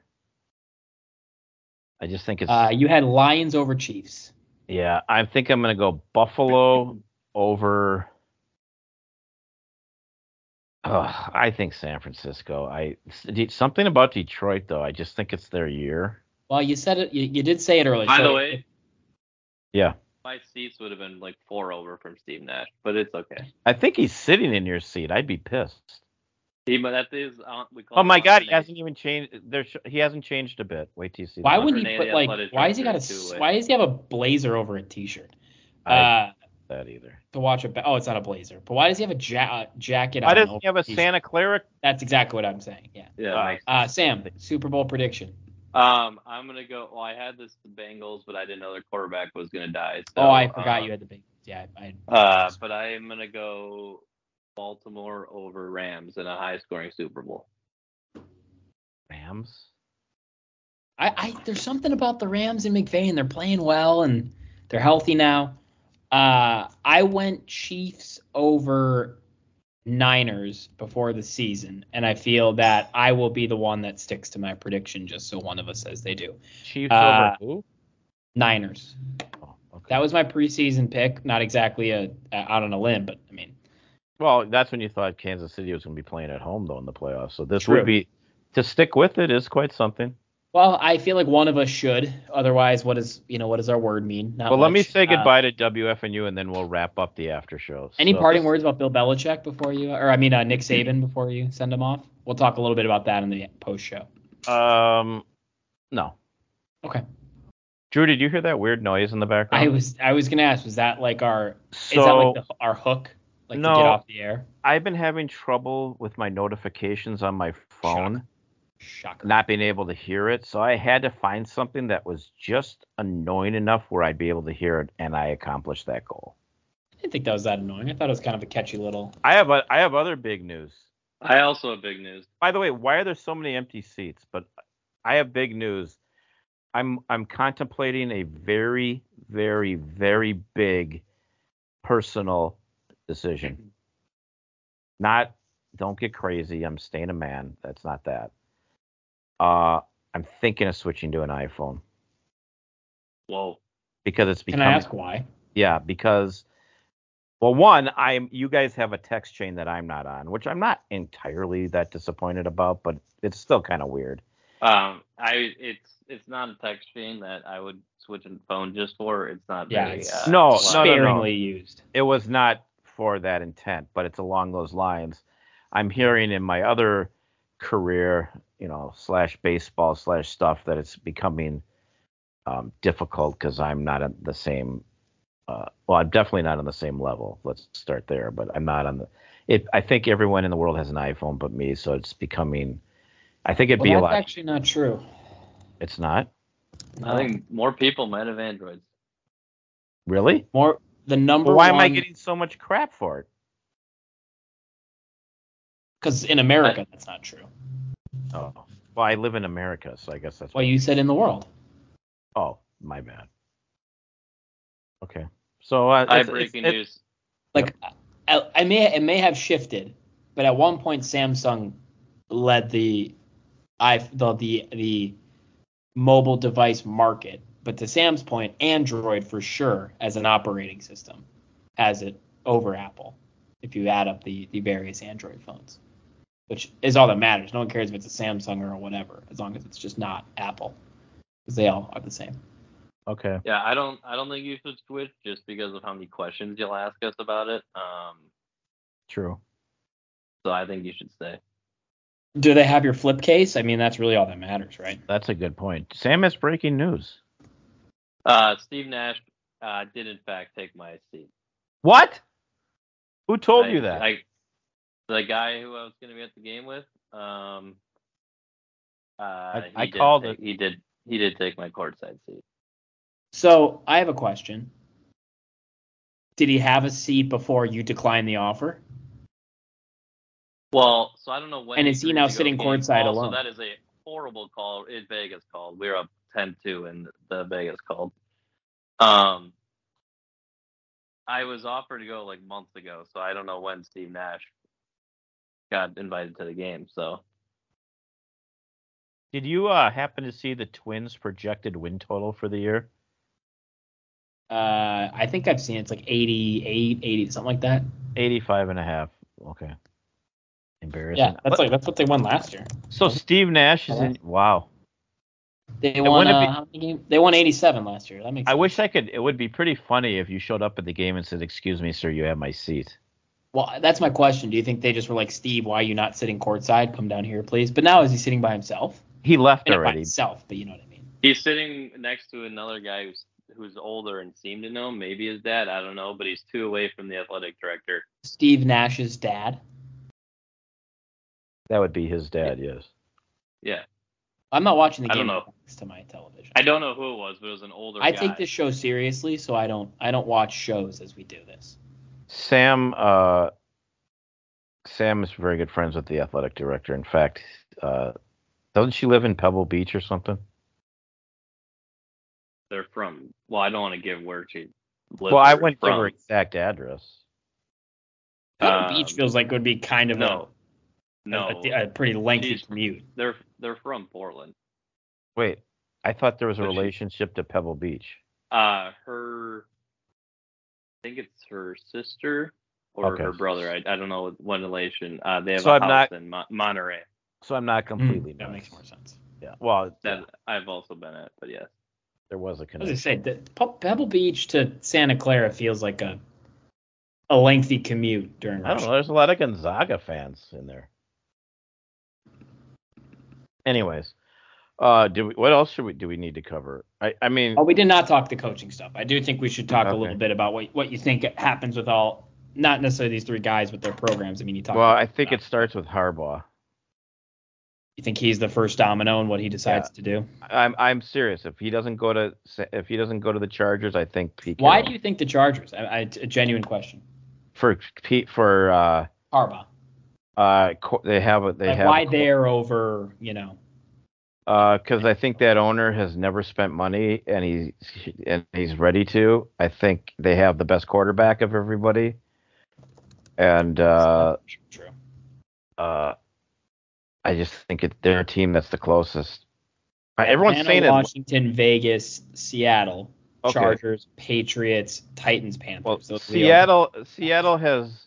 I just think it's
Uh, you had Lions over Chiefs.
yeah. I think I'm gonna go Buffalo over. Ugh, I think San Francisco. I something about Detroit though. I just think it's their year.
Well, you said it. You, you did say it earlier.
By
so
the way,
Yeah,
my seats would have been like four over from Steve Nash, but it's okay.
I think he's sitting in your seat. I'd be pissed.
He, but that is uh, we call
Oh
it
my God, he
alternate.
hasn't even changed. There, he hasn't changed a bit. Wait till you see. the
Why
number.
would he
Grenade
put like?
athletic
Why has he got a?
director
s-
too, like-
Why does he have a blazer over a t-shirt?
I-
Uh,
that either?
to watch a. ba- Oh, it's not a blazer. But why does he have a ja- uh, jacket?
Why
on
doesn't
over
he have a
t-shirt?
Santa Clara?
That's exactly what I'm saying. Yeah.
Yeah,
Uh,
makes-
Uh, Sam, Super Bowl prediction.
um, I'm gonna go. Well, I had this the Bengals, but I didn't know their quarterback was gonna die. So,
oh, I forgot
uh,
you had the big. Yeah, I. I
Uh, but I am gonna go Baltimore over Rams in a high-scoring Super Bowl.
Rams.
I, I there's something about the Rams and McVay, and they're playing well, and they're healthy now. Uh, I went Chiefs over Niners before the season, and I feel that I will be the one that sticks to my prediction, just so one of us says they do.
Chiefs
Uh,
over who?
Niners.
Oh, okay.
That was my preseason pick. Not exactly a out on a limb, but I mean,
well, that's when you thought Kansas City was going to be playing at home though in the playoffs. So this
True.
would be to stick with it is quite something.
well, I feel like one of us should. Otherwise, what is you know what does our word mean? Not
Well, let me
much.
say
Uh,
goodbye to WFNU and then we'll wrap up the after show.
Any
So-
parting words about Bill Belichick before you, or I mean uh, Nick Saban before you send him off? We'll talk a little bit about that in the post show.
Um, no.
Okay.
Drew, did you hear that weird noise in the background?
I was I was gonna ask, was that like our
so
is that like the, our hook, like
No.
to get off the air?
I've been having trouble with my notifications on my phone.
Shocker.
not being able to hear it. So I had to find something that was just annoying enough where I'd be able to hear it, and I accomplished that goal.
I didn't think that was that annoying. I thought it was kind of a catchy little.
I have a, I have other big news.
I also have big news.
By the way, why are there so many empty seats? But I have big news. I'm I'm contemplating a very very very big personal decision. Not don't get crazy. I'm staying a man. That's not that. Uh, I'm thinking of switching to an iPhone
Whoa.
because it's
Can
becoming
I ask why?
yeah because well one I'm you guys have a text chain that I'm not on, which I'm not entirely that disappointed about, but it's still kind of weird.
Um, I it's it's not a text chain that I would switch a phone just for. It's not.
Yeah,
very,
it's-
uh,
Oh, No,
well-
no, no.
Sparingly used.
it was not for that intent, but it's along those lines. I'm hearing in my other career, you know, slash baseball slash stuff that it's becoming um, difficult because I'm not at the same. Uh, well, I'm definitely not on the same level. Let's start there, but I'm not on the. It, I think everyone in the world has an iPhone but me, so it's becoming. I think it'd
Well,
be a
that's
lot.
actually not true.
it's not
I think more people might have Androids.
really.
More the number
Well, why am
one
I getting so much crap for it?
because in America that's not true.
Oh, well, I live in America, so I guess that's.
Well, you said in the world.
Oh, my bad. Okay. So uh,
I have
it's- it's-
breaking
it-
news.
Like I, I may it may have shifted, but at one point Samsung led the i the the the mobile device market. But to Sam's point, Android for sure as an operating system has it over Apple if you add up the the various Android phones. Which is all that matters. No one cares if it's a Samsung or whatever, as long as it's just not Apple, because they all are the same.
Okay.
Yeah, I don't I don't think you should switch just because of how many questions you'll ask us about it. Um,
True.
so I think you should stay.
Do they have your flip case? I mean, that's really all that matters, right?
That's a good point. Sam has breaking news.
Uh, Steve Nash uh, did in fact take my seat.
What? Who told
I-
you that?
I, the guy who I was going to be at the game with. Um, uh, he
I
did
called
take- He did. He did take my courtside seat.
So I have a question. Did he have a seat before you declined the offer?
Well, so I don't know when.
And is he
agreed
now
to go
sitting
to the game.
courtside
Also,
alone?
That is a horrible call. It Vegas called. We were up 10-2 and the Vegas called. Um, I was offered to go like months ago, so I don't know when Steve Nash got invited to the game. So
Did you uh, happen to see the Twins' projected win total for the year?
Uh, I think I've seen it. it's like 88, 80, something like that.
85 and a half. Okay. Embarrassing.
Yeah, that's like that's what they won last year.
so Steve Nash is in. Wow.
They
wouldn't
won
it
uh,
be-
how many games? They won 87 last year. That makes.
I
sense.
wish I could. It would be pretty funny if you showed up at the game and said, "Excuse me, sir, you have my seat."
Well, that's my question. Do you think they just were like, Steve, why are you not sitting courtside? Come down here, please. But now is he sitting by himself?
He left
I mean, Not by
already.
himself, but you know what I mean.
he's sitting next to another guy who's who's older and seemed to know him. Maybe his dad. I don't know, but he's two away from the athletic director.
Steve Nash's dad.
That would be his dad. Yes.
Yeah,
I'm not watching the
I
game.
don't know.
thanks to my television.
I don't know who it was, but it was an older.
I
guy.
take this show seriously, so I don't I don't watch shows as we do this.
Sam uh, Sam is very good friends with the athletic director. In fact, uh, doesn't she live in Pebble Beach or something?
They're from. Well, I don't want to give where she. Lives
well, I
or
wouldn't give
from.
her exact address.
Pebble
Um,
Beach feels like it would be kind of a-
No,
a,
no,
a, a pretty lengthy
Jeez.
commute.
they're they're from Portland.
Wait, I thought there was a
But she-
relationship to Pebble Beach.
Uh, her, I think it's her sister or
Okay.
her brother. I, I don't know what relation. Uh, they have
So
a
I'm
house in Mon- Monterey
So I'm not completely.
that
nuts.
makes more sense.
Yeah. Well,
that I've also been at, but yes,
there was a
As I
connection.
said, the, Pe- Pebble Beach to Santa Clara feels like a a lengthy commute during.
I don't
rush
know. There's a lot of Gonzaga fans in there. Anyways, uh, do we, what else should we do? We need to cover. I, I mean,
Oh, we did not talk the coaching stuff. I do think we should talk
Okay.
a little bit about what what you think happens with all, not necessarily these three guys with their programs. I mean, you talk.
well, I think it starts with Harbaugh.
you think he's the first domino in what he decides to do.
I'm I'm serious. If he doesn't go to if he doesn't go to the Chargers, I think Pete.
Why
Carroll-
do you think the Chargers? I, I, a genuine question.
for Pete for uh
Harbaugh.
Uh, co- they have a, they
like
have
why
a co-
they're over, you know.
because I think that owner has never spent money and he's and he's ready to. I think they have the best quarterback of everybody, and uh,
True.
uh, I just think it's their team that's the closest. Uh, Everyone's
Atlanta,
saying it.
Washington, Vegas, Seattle,
Okay.
Chargers, Patriots, Titans, Panthers.
Well,
Those are the
Seattle Seattle has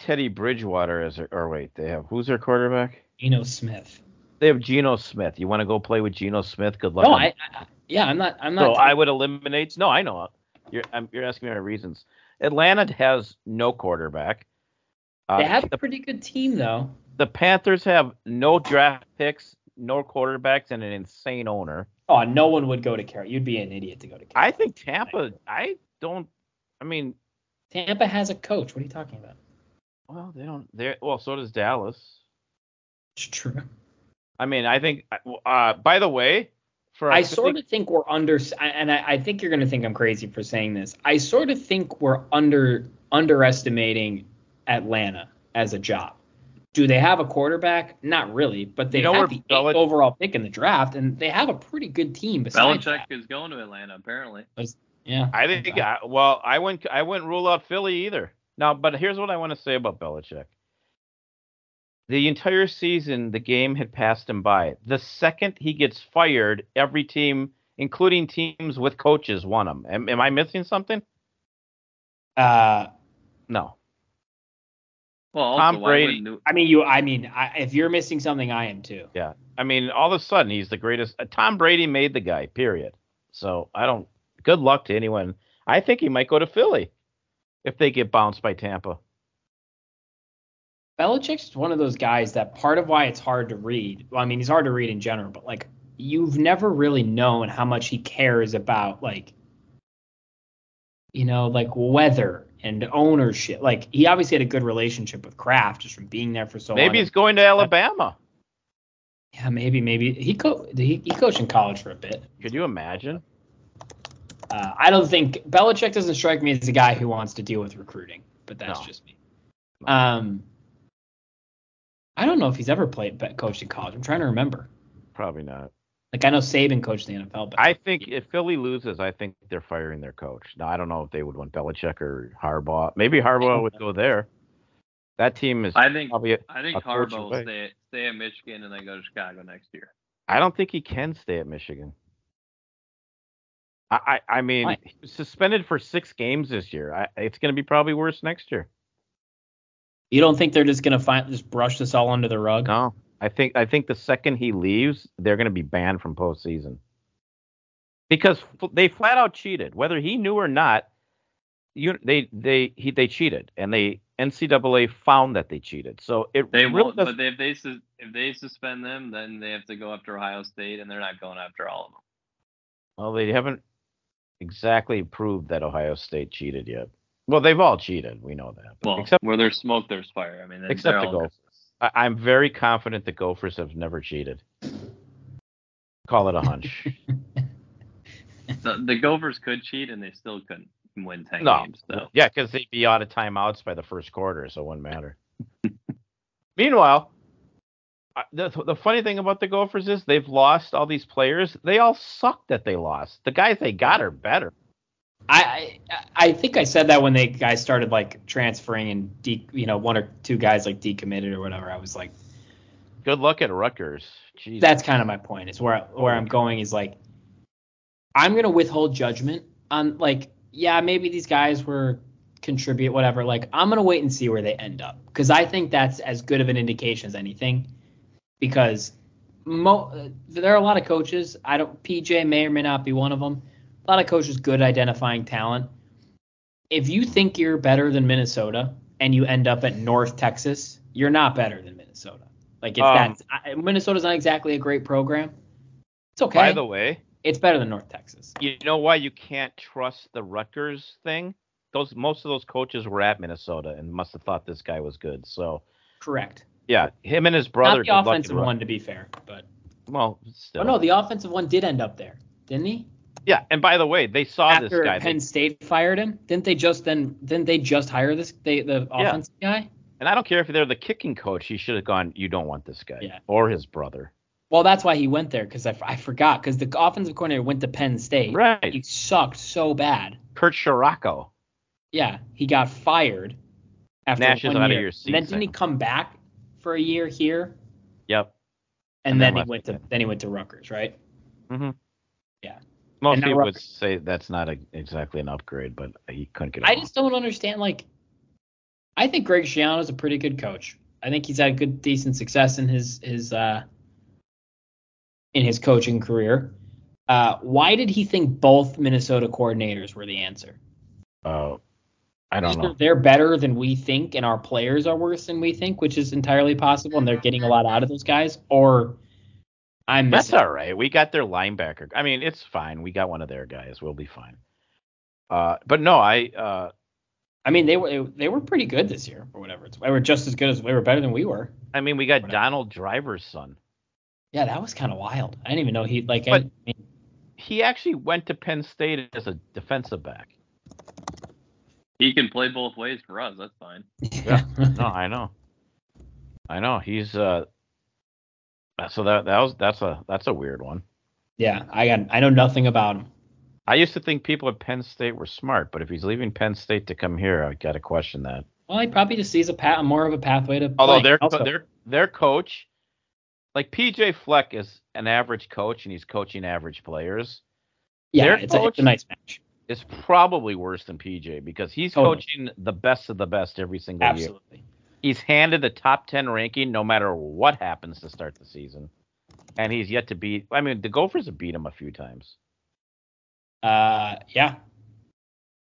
Teddy Bridgewater as their. Or wait, they have who's their quarterback?
old- Geno Smith.
They have Geno Smith. You want to go play with Geno Smith? Good luck.
No,
on
I, I yeah, I'm not I'm
So
not
I would eliminate. No, I know. You're I'm, you're asking me my reasons. Atlanta has no quarterback. Uh,
they have a
the,
pretty good team though.
the Panthers have no draft picks, no quarterbacks, and an insane owner.
Oh, no one would go to Carolina. You'd be an idiot to go to
I
Carolina.
think Tampa. I don't. I mean,
Tampa has a coach. What are you talking about?
well, they don't. They well, so does Dallas.
It's true.
I mean, I think. Uh, by the way, for
I sort of think we're under, and I, I think you're going to think I'm crazy for saying this. I sort of think we're under underestimating Atlanta as a job. Do they have a quarterback? Not really, but they
You know
have
where
the eighth
Belich-
overall pick in the draft, and they have a pretty good team. Besides
Belichick
that.
is going to Atlanta apparently.
yeah,
I think.
Okay.
I, well, I wouldn't. I wouldn't rule out Philly either. Now, but here's what I want to say about Belichick. The entire season, the game had passed him by. The second he gets fired, every team, including teams with coaches, want him. Am, am I missing something?
Uh,
No.
Well, also,
Tom
why
Brady-
wouldn't New-
I mean, you. I mean, I, if you're missing something, I am too.
I mean, all of a sudden, he's the greatest. uh, Tom Brady made the guy. Period. So I don't. Good luck to anyone. I think he might go to Philly if they get bounced by Tampa.
Belichick's one of those guys that part of why it's hard to read. Well, I mean, he's hard to read in general, but like you've never really known how much he cares about like you know, like weather and ownership. Like he obviously had a good relationship with Kraft just from being there for so long.
Maybe he's going to Alabama.
yeah, maybe, maybe he co- did he, he coached in college for a bit.
Could you imagine?
Uh, I don't think Belichick doesn't strike me as a guy who wants to deal with recruiting, but that's
No.
just me. Um, I don't know if he's ever played but coached in college. I'm trying to remember.
Probably not.
Like I know Saban coached the NFL, but
I think if Philly loses, I think they're firing their coach. Now I don't know if they would want Belichick or Harbaugh. Maybe Harbaugh would go there. That team is
I think
probably.
I think
I'll coach
Harbaugh
away.
will stay stay at Michigan and then go to Chicago next year.
I don't think he can stay at Michigan. I I, I mean,
Why?
he was suspended for six games this year. I, it's going to be probably worse next year.
you don't think they're just gonna find just brush this all under the rug?
No, I think I think the second he leaves, they're going to be banned from postseason because f- they flat out cheated, whether he knew or not. You they they he they cheated, and they NCAA found that they cheated. So it
They
really
won't,
does,
but they, if they sus- if they suspend them, then they have to go after Ohio State, and they're not going after all of them.
well they haven't exactly proved that Ohio State cheated yet. Well, they've all cheated. We know that.
Well,
except
where there's smoke, there's fire. I mean, they're-
Except
they're
the
all-
Gophers. I, I'm very confident the Gophers have never cheated. Call it a hunch.
The, the Gophers could cheat, and they still couldn't win ten
No.
games. So
Yeah, because they'd be out of timeouts by the first quarter, so it wouldn't matter. Meanwhile, I- the, the funny thing about the Gophers is they've lost all these players. They all suck that they lost. The guys they got are better.
I, I I think I said that when they guys started like transferring and de- you know one or two guys like decommitted or whatever. I was like,
Good luck at Rutgers. Jeez.
that's kind of my point. Is where where I'm going is like, I'm gonna withhold judgment on like yeah maybe these guys were contribute whatever. Like I'm gonna wait and see where they end up because I think that's as good of an indication as anything because mo- uh, there are a lot of coaches. I don't PJ may or may not be one of them. A lot of coaches good at identifying talent. If you think you're better than Minnesota and you end up at North Texas, you're not better than Minnesota. Like if
Um,
that's I, Minnesota's not exactly a great program. It's okay.
By the way,
it's better than North Texas.
you know why you can't trust the Rutgers thing? Those most of those coaches were at Minnesota and must have thought this guy was good. So
Correct.
yeah, him and his brother. good
not
luck
the
at
offensive
Rut-
one to be fair, but
Well, still.
oh no, the offensive one did end up there, didn't he?
Yeah, and by the way, they saw this
After
guy. They-
Penn State fired him, didn't they just then? Didn't they just hire this they, the offensive guy?
And I don't care if they're the kicking coach. He should have gone. You don't want this guy
Yeah.
or his brother.
Well, that's why he went there because I, f- I forgot because the offensive coordinator went to Penn State. He
Right,
sucked so bad.
Kurt Shirako.
Yeah, he got fired after
Nash is
one
outta
year.
your
and then didn't he
season.
come back for a year here?
Yep,
And,
And
then,
then
he
left
went to
again.
then he went to Rutgers, right?
Mm-hmm. most
And now
people
Ruck-
would say that's not a, exactly an upgrade, but he couldn't get.
I
along.
just don't understand. Like, I think Greg Schiano is a pretty good coach. I think he's had good, decent success in his his uh, in his coaching career. Uh, why did he think both Minnesota coordinators were the answer?
Oh, I don't
Either
know.
They're better than we think, and our players are worse than we think, which is entirely possible, and they're getting a lot out of those guys. Or I'm
That's
missing.
all right. We got their linebacker. I mean, it's fine. We got one of their guys. We'll be fine. Uh, but no, I uh,
I mean, they were they were pretty good this year, or whatever. It's, they were just as good as they were better than we were.
I mean, we got
Whatever.
Donald Driver's son.
Yeah, that was kind of wild. I didn't even know he like. I,
But- He actually went to Penn State as a defensive back.
He can play both ways for us. That's fine.
Yeah. No, I know. I know. He's uh. So that that was that's a that's a weird one.
Yeah, I got. I know nothing about him.
I used to think people at Penn State were smart, but if he's leaving Penn State to come here, I got to question that.
Well, he probably just sees a path, more of a pathway to.
Although
playing.
their
Also,
their their coach, like PJ Fleck, is an average coach and he's coaching average players.
yeah,
their
it's a, it's a
coach-
nice match.
It's probably worse than PJ because he's
Totally.
coaching the best of the best every single year.
Absolutely.
He's handed the top ten ranking no matter what happens to start the season, and he's yet to beat. I mean, the Gophers have beat him a few times.
Uh, yeah.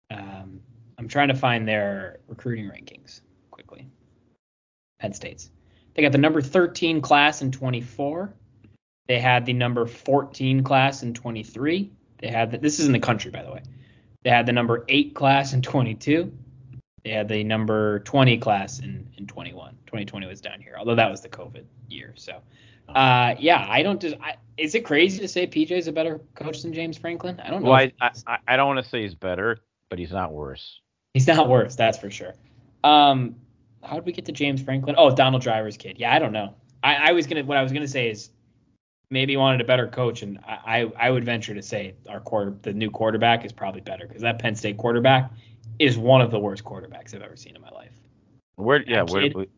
Um, I'm trying to find their recruiting rankings quickly. Penn State's. They got the number 13 class in 24. They had the number 14 class in 23. They had the, this is in the country, by the way. They had the number eight class in 22. They had the number 20 class in, in 21. 2020 was down here, although that was the COVID year. So, uh, yeah, I don't just. I, is it crazy to say PJ's a better coach than James Franklin? I don't know.
Well, I
if-
I, I- I don't want to say he's better, but he's not worse.
He's not worse, that's for sure. Um, how did we get to James Franklin? Oh, Donald Driver's kid. Yeah, I don't know. I, I was gonna what I was gonna say is maybe he wanted a better coach, and I, I I would venture to say our quarter the new quarterback is probably better because that Penn State quarterback is one of the worst quarterbacks I've ever seen in my life.
Where yeah, where
Kid.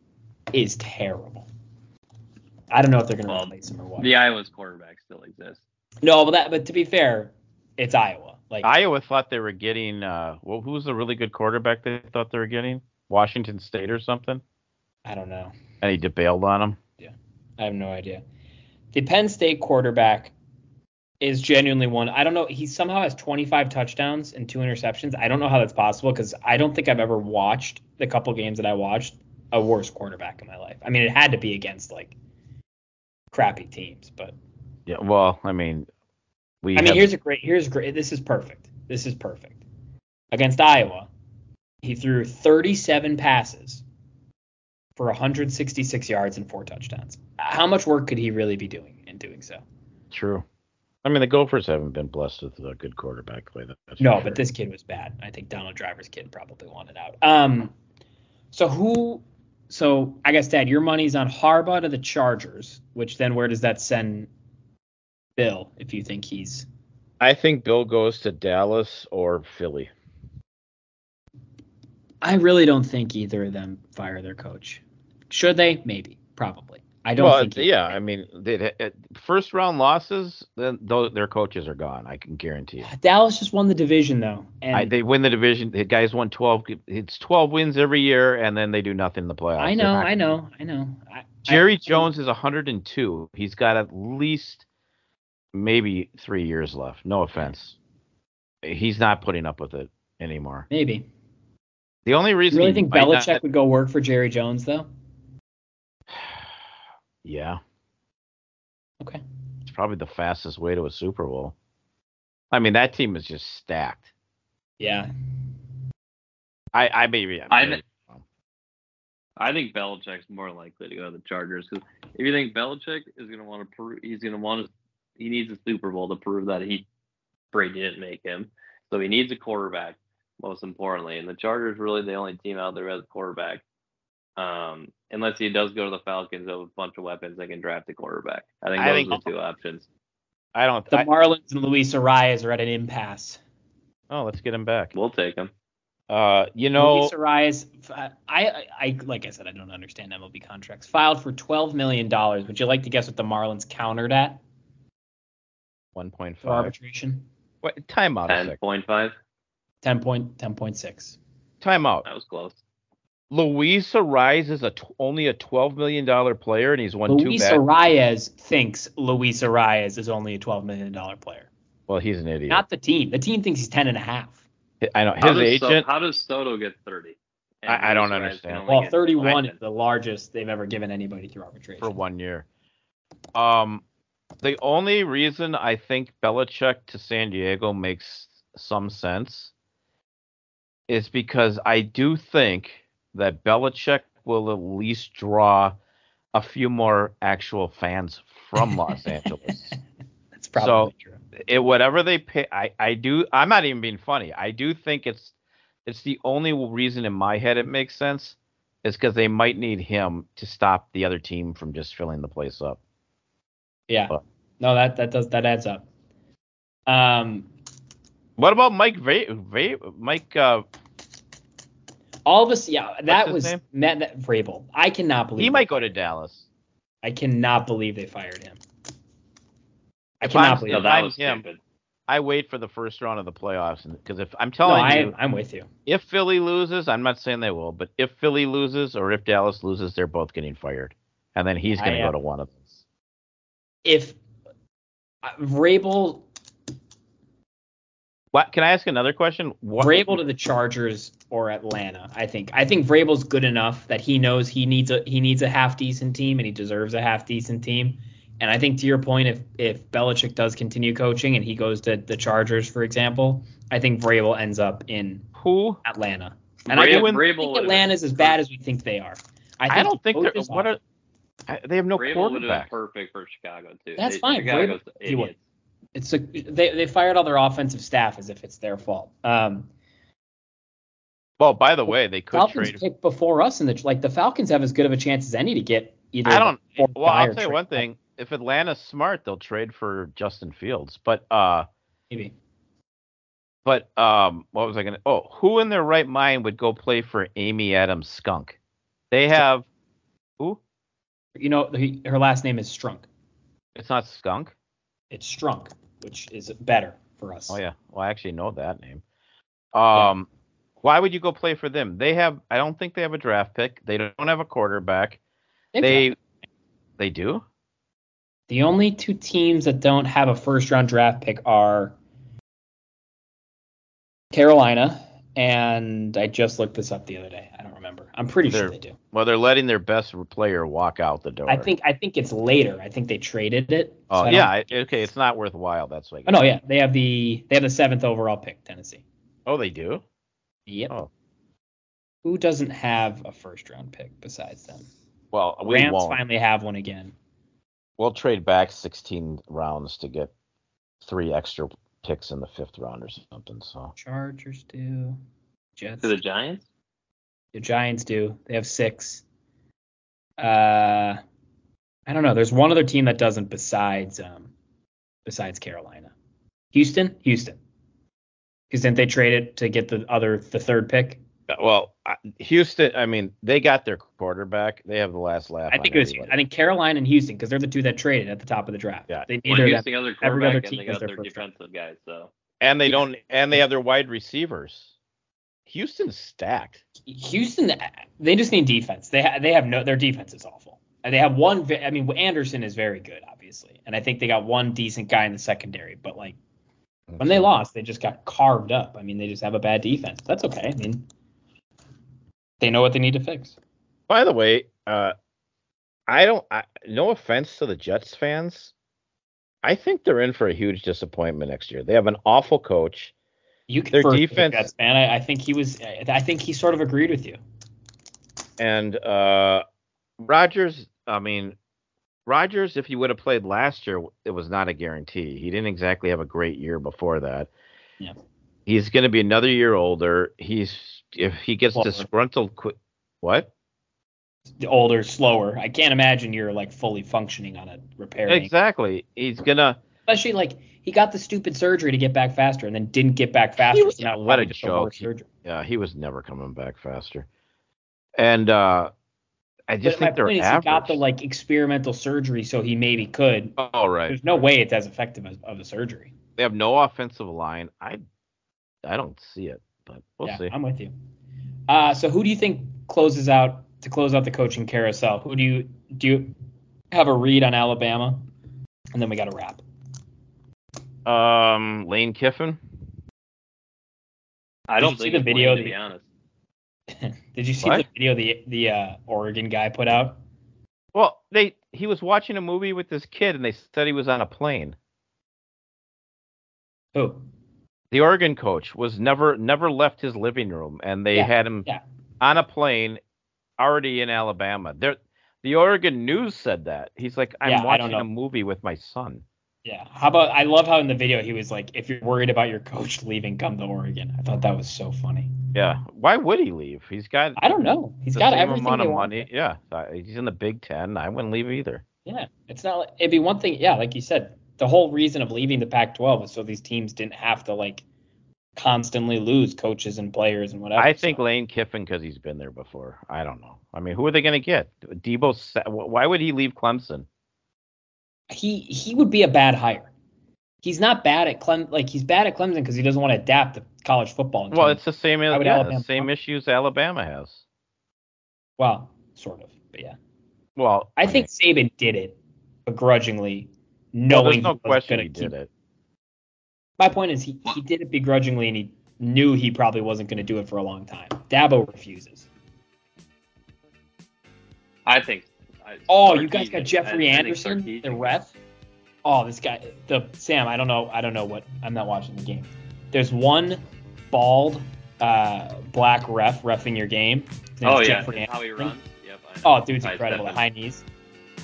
Is terrible. I don't know if they're gonna
Well,
replace him or what.
The Iowa's quarterback still exists.
No, but that but to be fair, it's Iowa. Like
Iowa thought they were getting uh well who was the really good quarterback they thought they were getting? Washington State or something?
I don't know.
And he debailed on him.
I have no idea. The Penn State quarterback is genuinely one. I don't know. He somehow has 25 touchdowns and two interceptions. I don't know how that's possible because I don't think I've ever watched the couple games that I watched a worse quarterback in my life. I mean, it had to be against like crappy teams, but
Yeah, well, I mean we
I mean,
have-
here's a great. Here's a great. This is perfect. This is perfect. Against Iowa, he threw 37 passes for 166 yards and four touchdowns. How much work could he really be doing in doing so?
true. I mean the Gophers haven't been blessed with a good quarterback play. That's for
No,
sure.
but this kid was bad. I think Donald Driver's kid probably wanted out. Um, so who? So I guess Dad, your money's on Harbaugh to the Chargers, which then where does that send Bill if you think he's?
I think Bill goes to Dallas or Philly.
I really don't think either of them fire their coach. Should they? Maybe, probably. I don't
well,
think. he-
yeah, I mean, they, uh, first round losses, then those, their coaches are gone. I can guarantee it.
Dallas just won the division though, and
I,
I,
they win the division. The guys won 12. It's 12 wins every year, and then they do nothing in the playoffs. uh, They're
know,
not-
I know, I know. I,
Jerry
I-
Jones is 102. He's got at least maybe three years left. No offense. He's not putting up with it anymore.
Maybe.
The only
You
reason.
really
he
think
might not-
Belichick would go work for Jerry Jones though?
yeah.
Okay.
It's probably the fastest way to a Super Bowl. I mean, that team is just stacked.
Yeah,
I, I maybe.
I-
maybe-
I think Belichick's more likely to go to the Chargers because if you think Belichick is going to want to prove, he's going to want to, he needs a Super Bowl to prove that he Brady didn't make him. So he needs a quarterback, most importantly. And the Chargers really the only team out there as a quarterback. Um, unless he does go to the Falcons with a bunch of weapons, they can draft a quarterback. I think
I
those
think-
are the two options.
I don't.
The
I-
Marlins and Luis Arias are at an impasse.
oh, let's get him back.
We'll take him.
Uh, you know,
Luis Arias, I, I, I, like I said, I don't understand MLB contracts. Filed for twelve million dollars. Would you like to guess what the Marlins countered at
one point
for
five.
arbitration?
Wait, time out a
Ten
sec.
point five.
Ten point, ten point six.
Time out.
That was close.
Luis Arise is a t- only a twelve million dollar player, and he's won
Luis
two. Bad-
Arias thinks Luis Arias is only a twelve million dollar player.
well, he's an idiot.
Not the team. The team thinks he's ten and a half.
I know
How
his
does
agent.
So, how does Soto get thirty? And
I- I don't
Luis Arias
understand.
can only
Well,
get
thirty one
five.
is the largest they've ever given anybody through arbitration.
for one year. Um, the only reason I think Belichick to San Diego makes some sense is because I do think that Belichick will at least draw a few more actual fans from Los Angeles.
That's probably
So-
true.
It whatever they pay, I I do. I'm not even being funny. I do think it's it's the only reason in my head it makes sense is because they might need him to stop the other team from just filling the place up.
Yeah.
But-
No, that that does that adds up. Um,
What about Mike Va- Va- Mike uh
all of us, yeah, that
his
was
name?
Matt that, Vrabel. I cannot believe
he
it.
might go to Dallas.
I cannot believe they fired him. I
If
cannot
I'm-
believe
No,
it.
if
that
I'm
was
him,
stupid.
I wait for the first round of the playoffs because if I'm
No,
telling
I,
you
I'm with you.
if Philly loses, I'm not saying they will, but if Philly loses or if Dallas loses, they're both getting fired. And then he's going
I
to
am-
go to one of those.
If uh, Vrabel
What can I ask another question? What
Vrabel to the Chargers or Atlanta, I think. I think Vrabel's good enough that he knows he needs a he needs a half decent team and he deserves a half decent team. And I think to your point, if if Belichick does continue coaching and he goes to the Chargers, for example, I think Vrabel ends up in
who?
Atlanta. And
Vrabel-
I don't
Vrabel
think
would've-
Atlanta's as bad as we think they are. I, think
I don't think they're
both is
what are
awful.
I- they have no
Vrabel would have been
quarterback.
perfect for Chicago too.
That's
They-
fine.
Chicago's
Vrabel- he would.
idiots.
it's a, they they fired all their offensive staff as if it's their fault. Um,
Well, by the way, they could
Falcons
trade.
picked before us, and the like the Falcons have as good of a chance as any to get either.
I don't.
or
Well, I'll
Guy or
tell you
Trey
one thing. If Atlanta's smart, they'll trade for Justin Fields. But uh,
Maybe.
But um, what was I gonna? Oh, who in their right mind would go play for Amy Adams Skunk? They have who?
You know, he, her last name is Strunk.
It's not Skunk.
It's Strunk, which is better for us.
Oh yeah. Well, I actually know that name. Um, why would you go play for them? They have. I don't think they have a draft pick. They don't have a quarterback.
They've
they
got-
they do.
the only two teams that don't have a first round draft pick are Carolina and I just looked this up the other day. I don't remember. I'm pretty sure
They're-
they do.
Well, they're letting their best player walk out the door.
I think I think it's later. I think they traded it. so
Oh
I don't-
yeah. I, okay, it's not worthwhile. That's like.
Oh no, yeah. They have the they have the seventh overall pick, Tennessee.
Oh, they do.
Yep.
Oh.
Who doesn't have a first round pick besides them?
Well, we
Rams
won't.
finally have one again.
We'll trade back 16 rounds to get three extra picks in the fifth round or something. So
Chargers do. Jets.
To the Giants?
The Giants do. They have six. Uh, I don't know. There's one other team that doesn't besides um, besides Carolina. Houston. Houston. Because didn't they trade it to get the other the third pick?
well, I- Houston. I mean, they got their quarterback. They have the last laugh.
I think
on
it was.
everybody.
I think Carolina and Houston because they're the two that traded at the top of the draft.
Yeah.
They
Well,
neither of them-
Houston got their
every other
quarterback and
team
they
is
got
their
their
first round.
defensive guys. So
and they don't. And they have their wide receivers. Houston's stacked.
Houston, they just need defense. They ha- they have no their defense is awful. And they have one. ve- I mean, Anderson is very good, obviously, and I think they got one decent guy in the secondary. But like when they lost, they just got carved up. I mean, they just have a bad defense. That's okay. I mean, they know what they need to fix.
By the way, uh, I don't. I, no offense to the Jets fans. I think they're in for a huge disappointment next year. They have an awful coach.
You can
Their
for the
defense-
Jets, man. I, I think he was. I I think he sort of agreed with you.
And uh Rogers, I mean, Rogers, if he would have played last year, it was not a guarantee. He didn't exactly have a great year before that.
Yeah.
He's going to be another year older. He's if he gets
Slower.
disgruntled. Qu- what?
older, slower. I can't imagine you're like fully functioning on a repair. Exactly.
Exactly. He's gonna.
Especially like he got the stupid surgery to get back faster and then didn't get back faster.
was-
so now
what a
probably just
joke.
worse surgery.
Yeah, he was never coming back faster. And uh, I just
but my
think they're
point is
average.
he got the like experimental surgery so he maybe could.
All right.
There's no way it's as effective as of the surgery.
They have no offensive line. I I don't see it, but we'll
yeah,
see.
I'm with you. Uh, so who do you think closes out to close out the coaching carousel? Who do you do you have a read on Alabama? And then we got to wrap.
Um, Lane Kiffin.
I don't
Did you
think
see the
it's
video
Lane,
that
to be
he-
honest.
Did you see
What?
the video the the uh, Oregon guy put out?
Well, they he was watching a movie with this kid, and they said he was on a plane.
Who?
The Oregon coach was never never left his living room, and they
Yeah,
had him
yeah.
on a plane already in Alabama. There, the Oregon news said that he's like, I'm
Yeah, I don't
watching
know.
a movie with my son.
Yeah. How about I love how in the video he was like, if you're worried about your coach leaving, come to Oregon. I thought that was so funny.
Yeah, why would he leave? He's got
I don't know. He's
the
got
same
everything
amount
they
of
want.
money. Yeah, I- he's in the Big Ten. I wouldn't leave either.
Yeah, it's not. like- It'd be one thing. Yeah, like you said, the whole reason of leaving the Pac-12 is so these teams didn't have to like constantly lose coaches and players and whatever.
I think
so.
Lane Kiffin because he's been there before. I don't know. I mean, who are they going to get? Debo. Sa- wh- Why would he leave Clemson?
he he would be a bad hire. He's not bad at Clem. Like he's bad at Clemson because he doesn't want to adapt to college football. in
Well,
terms-
it's the same.
Why would
Yeah,
Alabama-
the same issues Alabama has.
well, sort of, but yeah.
Well,
I think Saban did it begrudgingly,
mean, well,
knowing
there's no
he was
question
going
he
to keep.
did it.
My point is he he did it begrudgingly and he knew he probably wasn't going to do it for a long time. Dabo refuses.
I think. I,
Oh, you guys
Sarkeesian.
got
I-
Jeffrey
I think
Anderson,
Sarkeesian-
the ref. Oh, this guy, the Sam. I don't know. I don't know what. I'm not watching the game. There's one bald, uh, black ref refing your game. His name
Oh
is
yeah,
Jeffrey
and how he
Anderson.
runs. Yep. I know.
Oh, dude's
Ty
incredible. The
Steffen.
high knees.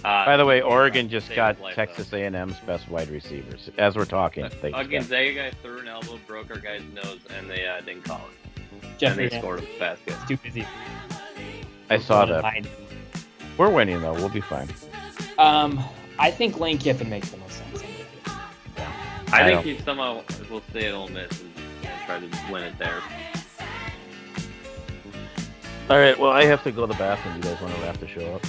Uh,
By the way, Oregon just
saved
got
his life,
Texas A&M's best wide receivers as we're talking. They
A Gonzaga guy threw an elbow, broke our guy's nose, and they uh, didn't call it. and
Jeffrey
they
Anderson.
scored a basket.
Too busy.
I saw that.
High knees.
We're winning though. We'll be fine.
Um, I think Lane Kiffin makes the most sense.
I,
I
think he somehow will stay at Ole Miss and, and try to win it there.
All right. Well, I have to go to the bathroom. You guys want to wrap the show up?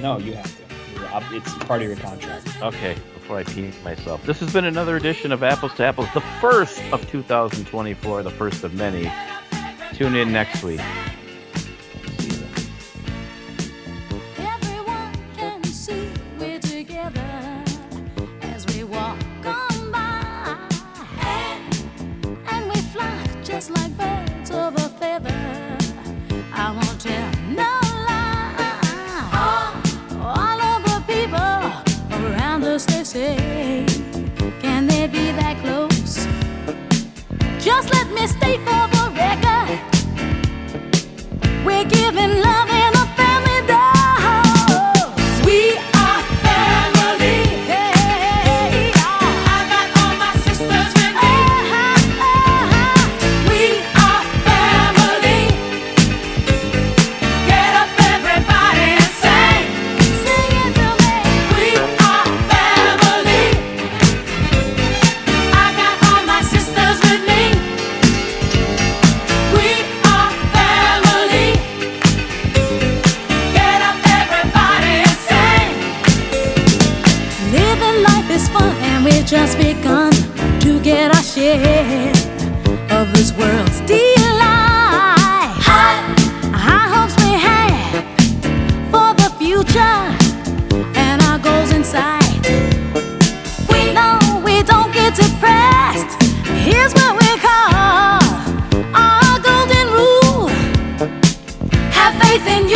No, you have to. You're up- It's part of your contract.
Okay, before I pee myself. This has been another edition of Apples to Apples, the first of 2024, the first of many. Tune in next week.
Everyone can see we're together as we walk on by. And we fly just like birds of a feather. I won't tell no lie. All of the people around us, they say, can they be that close? Just let me state for the record. We're giving love in a family dose. We are family. I got all my sisters with me. We are family. Get up, everybody, and sing. Sing it to me. We are family. I got all my sisters with me. We are family. Get up, everybody, and sing. Living life is fun, and we've just begun to get our share of this world's delight. High hopes we have for the future, and our goals in sight. We know we don't get depressed. Here's what we call our golden rule. Have faith in you. Oh,